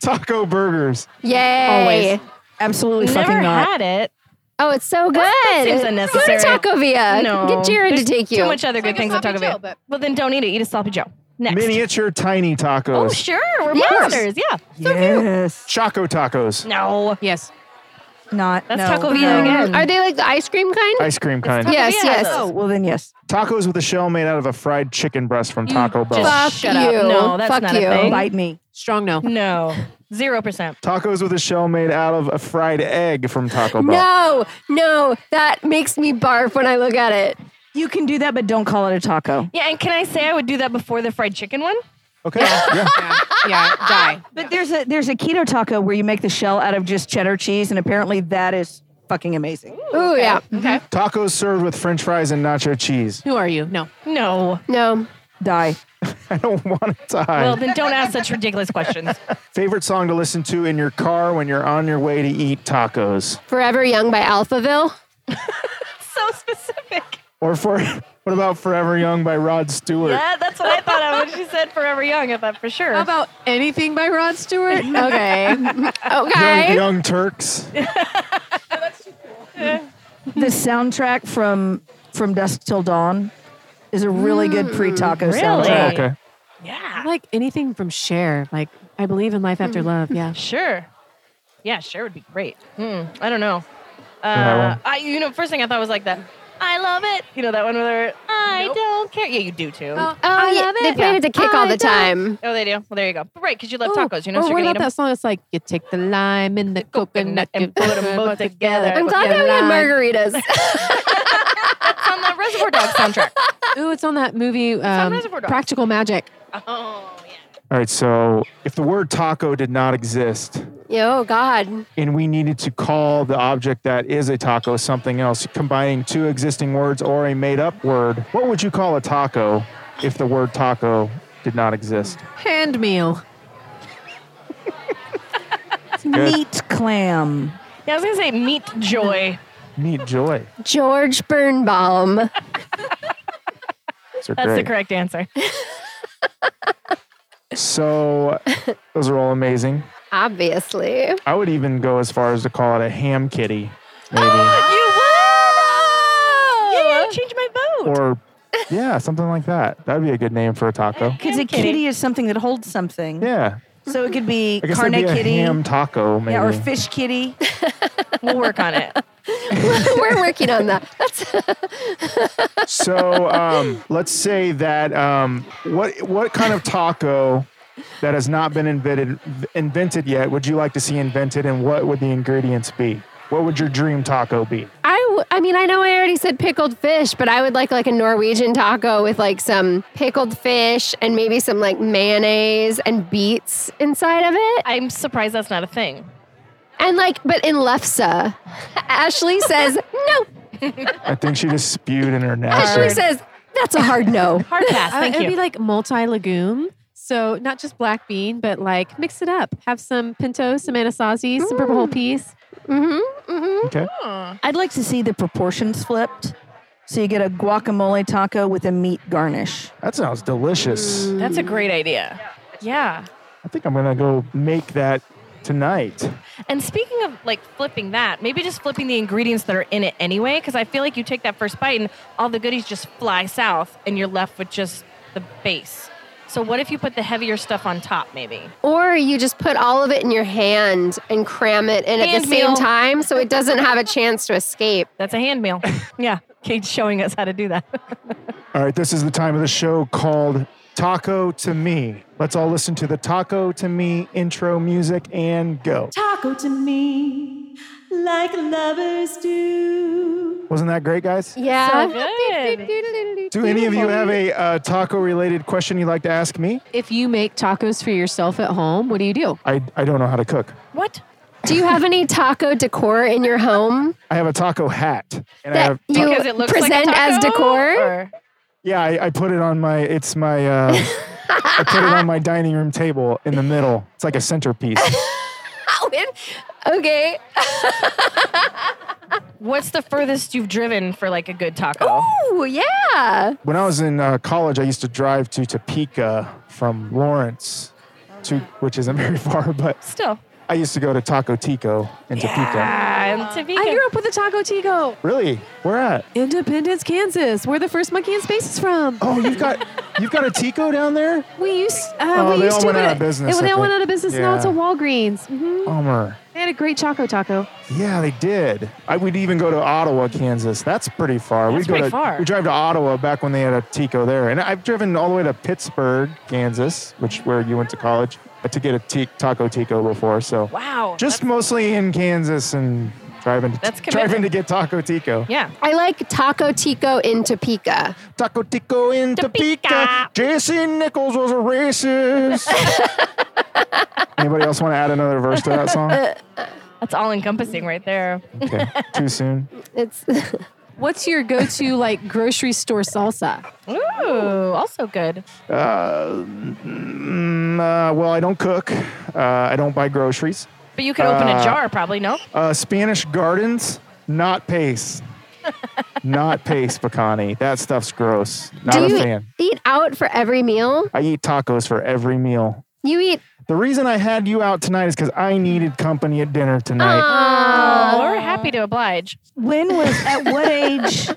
Speaker 1: taco burgers.
Speaker 3: Yay.
Speaker 5: Always. Absolutely fucking
Speaker 9: Never
Speaker 5: not.
Speaker 9: had it.
Speaker 3: Oh, it's so good.
Speaker 9: that seems unnecessary.
Speaker 3: Go to Taco Villa.
Speaker 9: No.
Speaker 3: Uh, Get Jared
Speaker 9: There's
Speaker 3: to take you.
Speaker 9: Too much other good things on Taco
Speaker 6: sloppy
Speaker 9: Bell.
Speaker 6: Joe, but-
Speaker 9: Well, then don't eat it. Eat a sloppy Joe. Next.
Speaker 1: Miniature tiny
Speaker 9: Oh,
Speaker 1: tacos.
Speaker 9: sure. We're
Speaker 3: Yes.
Speaker 9: monsters. Yeah.
Speaker 5: Yes.
Speaker 1: Choco tacos.
Speaker 9: No.
Speaker 6: Yes.
Speaker 5: Not.
Speaker 9: That's
Speaker 5: no,
Speaker 9: Taco Villa
Speaker 5: no.
Speaker 9: again.
Speaker 3: Are they like the ice cream kind?
Speaker 1: Ice cream kind.
Speaker 3: Yes,
Speaker 9: Villa has
Speaker 3: yes.
Speaker 9: those.
Speaker 5: Oh, well then yes.
Speaker 1: Tacos with a shell made out of a fried chicken breast
Speaker 9: Mm.
Speaker 1: from Taco Bell.
Speaker 3: Fuck
Speaker 9: Shut
Speaker 3: you.
Speaker 9: up. No, that's
Speaker 3: Fuck
Speaker 9: not a
Speaker 3: you.
Speaker 9: thing.
Speaker 5: Bite me.
Speaker 6: Strong no.
Speaker 9: No. Zero percent.
Speaker 1: Tacos with a shell made out of a fried egg from Taco Bell.
Speaker 3: No, no, that makes me barf when I look at it.
Speaker 5: You can do that, but don't call it a taco.
Speaker 9: Yeah, and can I say I would do that before the fried chicken one?
Speaker 1: Okay. Yeah.
Speaker 6: Yeah. yeah die.
Speaker 5: But there's a there's a keto taco where you make the shell out of just cheddar cheese, and apparently that is fucking amazing.
Speaker 3: Ooh, yeah. Mm-hmm.
Speaker 9: Okay.
Speaker 1: Tacos served with french fries and nacho cheese.
Speaker 6: Who are you? No.
Speaker 9: No.
Speaker 3: No.
Speaker 5: Die.
Speaker 1: I don't want to die.
Speaker 9: Well, then don't ask such ridiculous questions.
Speaker 1: Favorite song to listen to in your car when you're on your way to eat tacos?
Speaker 3: Forever Young by Alphaville.
Speaker 9: so specific.
Speaker 1: Or for what about Forever Young by Rod Stewart?
Speaker 9: Yeah, that's what I thought of when she said forever young. I thought for sure.
Speaker 6: How about anything by Rod Stewart? Okay.
Speaker 1: Young,
Speaker 3: Okay.
Speaker 1: Young Turks.
Speaker 5: the soundtrack from From Dusk Till Dawn is a really good pre-taco
Speaker 9: really?
Speaker 5: soundtrack.
Speaker 1: Oh, Okay.
Speaker 6: I
Speaker 9: yeah.
Speaker 6: like anything from Cher. Like I believe in life after love. Yeah.
Speaker 9: Sure. Yeah, sure would be great. Hmm. I don't know. Uh,
Speaker 1: Yeah,
Speaker 9: I you know first thing I thought was like that. I love it. You know that one where they're, I don't care. Yeah, you do too.
Speaker 3: Oh, yeah. They played it to kick all the time.
Speaker 9: Oh, they do. Well, there you go. But right, because you love
Speaker 6: Ooh,
Speaker 9: tacos. You know, so
Speaker 6: or
Speaker 9: you're
Speaker 6: what
Speaker 9: gonna
Speaker 6: about
Speaker 9: eat
Speaker 6: that
Speaker 9: them.
Speaker 6: song? It's like you take the lime and the coconut and put them both together.
Speaker 3: I'm
Speaker 6: Put
Speaker 3: glad
Speaker 6: your
Speaker 3: that we had margaritas.
Speaker 6: lime-
Speaker 9: That's on the Reservoir Dog soundtrack.
Speaker 6: Ooh, it's on that movie um,
Speaker 9: Reservoir Dogs.
Speaker 6: Practical Magic.
Speaker 9: Oh yeah.
Speaker 1: All right, so if the word taco did not exist
Speaker 3: Yo, God.
Speaker 1: and we needed to call the object that is a taco something else, combining two existing words or a made up word, what would you call a taco if the word taco did not exist?
Speaker 6: Hand meal.
Speaker 1: Good.
Speaker 5: Meat clam.
Speaker 4: Yeah, I was gonna say meat joy.
Speaker 1: Meat joy.
Speaker 3: George Bernbaum.
Speaker 1: Those are
Speaker 4: That's the
Speaker 1: great.
Speaker 4: correct answer.
Speaker 1: So those are all amazing.
Speaker 3: Obviously.
Speaker 1: I would even go as far as to call it a ham kitty,
Speaker 5: Oh,
Speaker 1: maybe.
Speaker 4: Yeah, change my vote.
Speaker 1: or yeah, something like that. That'd be a good name for a taco.
Speaker 5: Because a kitty is something that holds something.
Speaker 1: Yeah.
Speaker 5: So it could be
Speaker 1: I guess
Speaker 5: carne
Speaker 1: that'd be a
Speaker 5: kitty.
Speaker 1: ham taco, maybe.
Speaker 5: yeah, or fish kitty.
Speaker 4: we'll work on it.
Speaker 3: We're working on that.
Speaker 1: so um, let's say that um, what what kind of taco that has not been invented invented yet would you like to see invented, and what would the ingredients be? What would your dream taco be?
Speaker 3: I, w- I mean, I know I already said pickled fish, but I would like like a Norwegian taco with like some pickled fish and maybe some like mayonnaise and beets inside of it.
Speaker 4: I'm surprised that's not a thing.
Speaker 3: And like, but in lefse, Ashley says no.
Speaker 1: I think she just spewed in her napkin.
Speaker 3: Ashley says that's a hard no.
Speaker 4: hard pass.
Speaker 6: Uh, it'd be like multi legume. So not just black bean, but like mix it up. Have some pinto, some anasazi, some purple whole peas.
Speaker 3: Mm-hmm. Mm-hmm.
Speaker 1: Okay.
Speaker 5: I'd like to see the proportions flipped. So you get a guacamole taco with a meat garnish.
Speaker 1: That sounds delicious.
Speaker 9: Mm.
Speaker 4: That's a great idea. Yeah.
Speaker 1: I think I'm gonna go make that tonight.
Speaker 4: And speaking of like flipping that, maybe just flipping the ingredients that are in it anyway, because I feel like you take that first bite and all the goodies just fly south and you're left with just the base. So what if you put the heavier stuff on top, maybe?
Speaker 3: Or you just put all of it in your hand and cram it in at
Speaker 4: Hand
Speaker 3: the same
Speaker 4: meal.
Speaker 3: time so it doesn't have a chance to escape.
Speaker 4: That's a hand meal. yeah. Kate's showing us how to do that.
Speaker 1: All right, this is the time of the show called Taco to Me. Let's all listen to the Taco to Me intro music and go.
Speaker 10: Taco to me, like lovers do.
Speaker 1: Wasn't that great, guys?
Speaker 3: Yeah.
Speaker 1: Do any of you have a uh, taco related question you'd like to ask me?
Speaker 6: If you make tacos for yourself at home, what do you do?
Speaker 1: I, I don't know how to cook.
Speaker 4: What?
Speaker 3: Do you have any taco decor in your home
Speaker 1: I have a taco hat. And I
Speaker 3: that
Speaker 1: have
Speaker 3: you
Speaker 4: Because it looks like a
Speaker 3: present as
Speaker 4: taco,
Speaker 3: decor?
Speaker 4: or-
Speaker 1: yeah, I, I put it on my it's my uh, I put it on my dining room table in the middle. It's like a centerpiece.
Speaker 3: okay.
Speaker 4: What's the furthest you've driven for like a good taco?
Speaker 3: Oh, yeah.
Speaker 1: When I was in uh, college, I used to drive to Topeka from Lawrence, to which isn't very far, but
Speaker 4: Still.
Speaker 1: I used to go to Taco Tico in Topeka.
Speaker 4: Ah, Topeka.
Speaker 6: I grew up with a taco tico.
Speaker 1: Really? Where at?
Speaker 6: Independence, Kansas, where the first monkey in space is from.
Speaker 1: Oh, you've got you've got a Tico down there?
Speaker 6: We used, uh,
Speaker 1: Oh,
Speaker 6: we
Speaker 1: they
Speaker 6: used
Speaker 1: all
Speaker 6: to,
Speaker 1: went
Speaker 6: but
Speaker 1: out of
Speaker 6: it-
Speaker 1: business, I
Speaker 6: It, they all went
Speaker 1: think.
Speaker 6: out of business. Now it's a
Speaker 1: Yeah.
Speaker 6: Walgreens. hmm
Speaker 1: Bummer.
Speaker 6: They had a great choco taco.
Speaker 1: Yeah, they did. I would even go to Ottawa, Kansas. That's pretty far.
Speaker 4: That's
Speaker 1: We'd go
Speaker 4: pretty
Speaker 1: to,
Speaker 4: far.
Speaker 1: We drive to Ottawa back when they had a Tico there, and I've driven all the way to Pittsburgh, Kansas, which where you went to college, uh, to get a ti- Taco Tico before. So
Speaker 9: Oh,
Speaker 4: Wow.
Speaker 1: just mostly in Kansas and driving. To,
Speaker 4: That's commitment.
Speaker 1: driving to get Taco Tico.
Speaker 4: yeah.
Speaker 3: I like Taco Tico in Topeka.
Speaker 1: Taco Tico in
Speaker 4: Topeka.
Speaker 1: Topeka. Jason Nichols was a racist. Anybody else want to add another verse to that song?
Speaker 4: That's all encompassing right there.
Speaker 1: Okay, too soon.
Speaker 3: It's
Speaker 6: What's your go-to like grocery store salsa?
Speaker 4: Ooh, also good.
Speaker 1: Uh, mm, uh, well, I don't cook. Uh, I don't buy groceries.
Speaker 4: But you could open
Speaker 1: Uh,
Speaker 4: a jar, probably, no?
Speaker 1: Uh, Spanish gardens, not pace. not pace, Picani. That stuff's gross. Not
Speaker 3: Do
Speaker 1: a
Speaker 3: you
Speaker 1: fan.
Speaker 3: eat out for every meal?
Speaker 1: I eat tacos for every meal.
Speaker 3: You eat
Speaker 1: The reason I had you out tonight is because I needed company at dinner tonight.
Speaker 4: Oh, we're happy to oblige.
Speaker 5: When was at what age?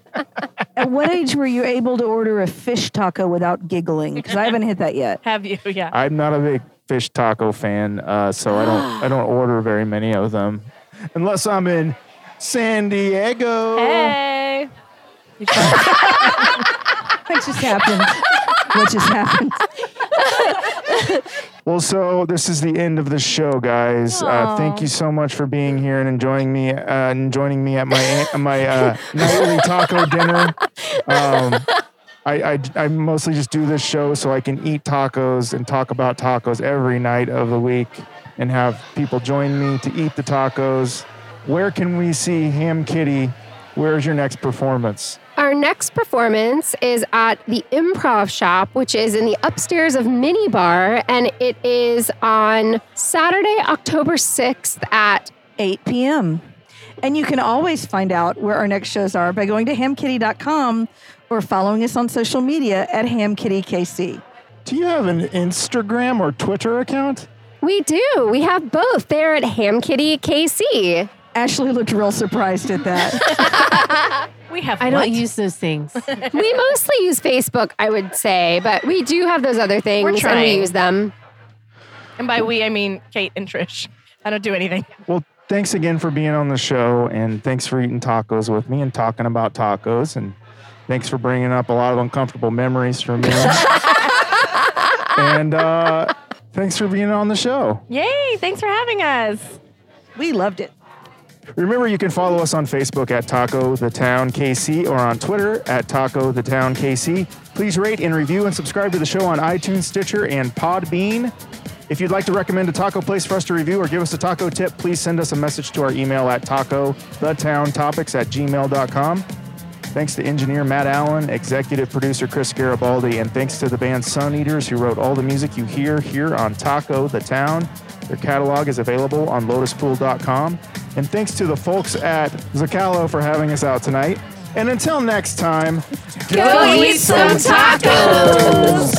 Speaker 5: at what age were you able to order a fish taco without giggling? Because I haven't hit that yet.
Speaker 4: Have you? Yeah.
Speaker 1: I'm not a big fish taco fan, uh, so I don't I don't order very many of them, unless I'm in San Diego.
Speaker 4: Hey.
Speaker 5: What just happened? What just happened?
Speaker 1: Well, so this is the end of the show, guys. Uh, thank you so much for being here and enjoying me uh, and joining me at my my uh, nightly taco dinner. Um, I, I, I mostly just do this show so I can eat tacos and talk about tacos every night of the week and have people join me to eat the tacos. Where can we see Ham Kitty? Where's your next performance?
Speaker 3: Our next performance is at the Improv Shop, which is in the upstairs of Mini Bar, and it is on Saturday, October 6th at
Speaker 5: 8 p.m. And you can always find out where our next shows are by going to hamkitty.com or following us on social media at hamkittykc.
Speaker 1: Do you have an Instagram or Twitter account?
Speaker 3: We do. We have both. They're at Ham Kitty KC.
Speaker 5: Ashley looked real surprised at that.
Speaker 9: we have.
Speaker 6: I don't
Speaker 3: what?
Speaker 6: use those things.
Speaker 3: we mostly use Facebook, I would say, but we do have those other things and we
Speaker 9: trying.
Speaker 3: use them.
Speaker 9: And by we, I mean Kate and Trish. I don't do anything.
Speaker 1: Well, thanks again for being on the show, and thanks for eating tacos with me and talking about tacos, and thanks for bringing up a lot of uncomfortable memories for me. and uh, thanks for being on the show.
Speaker 9: Yay! Thanks for having us.
Speaker 5: We loved it.
Speaker 1: Remember, you can follow us on Facebook at Taco the Town KC or on Twitter at Taco the Town KC. Please rate and review and subscribe to the show on iTunes, Stitcher, and Podbean. If you'd like to recommend a taco place for us to review or give us a taco tip, please send us a message to our email at taco the town topics at gmail.com. Thanks to engineer Matt Allen, executive producer Chris Garibaldi, and thanks to the band Sun Eaters who wrote all the music you hear here on Taco the Town. Their catalog is available on lotuspool.com. And thanks to the folks at Zacalo for having us out tonight. And until next time,
Speaker 2: Go eat some tacos!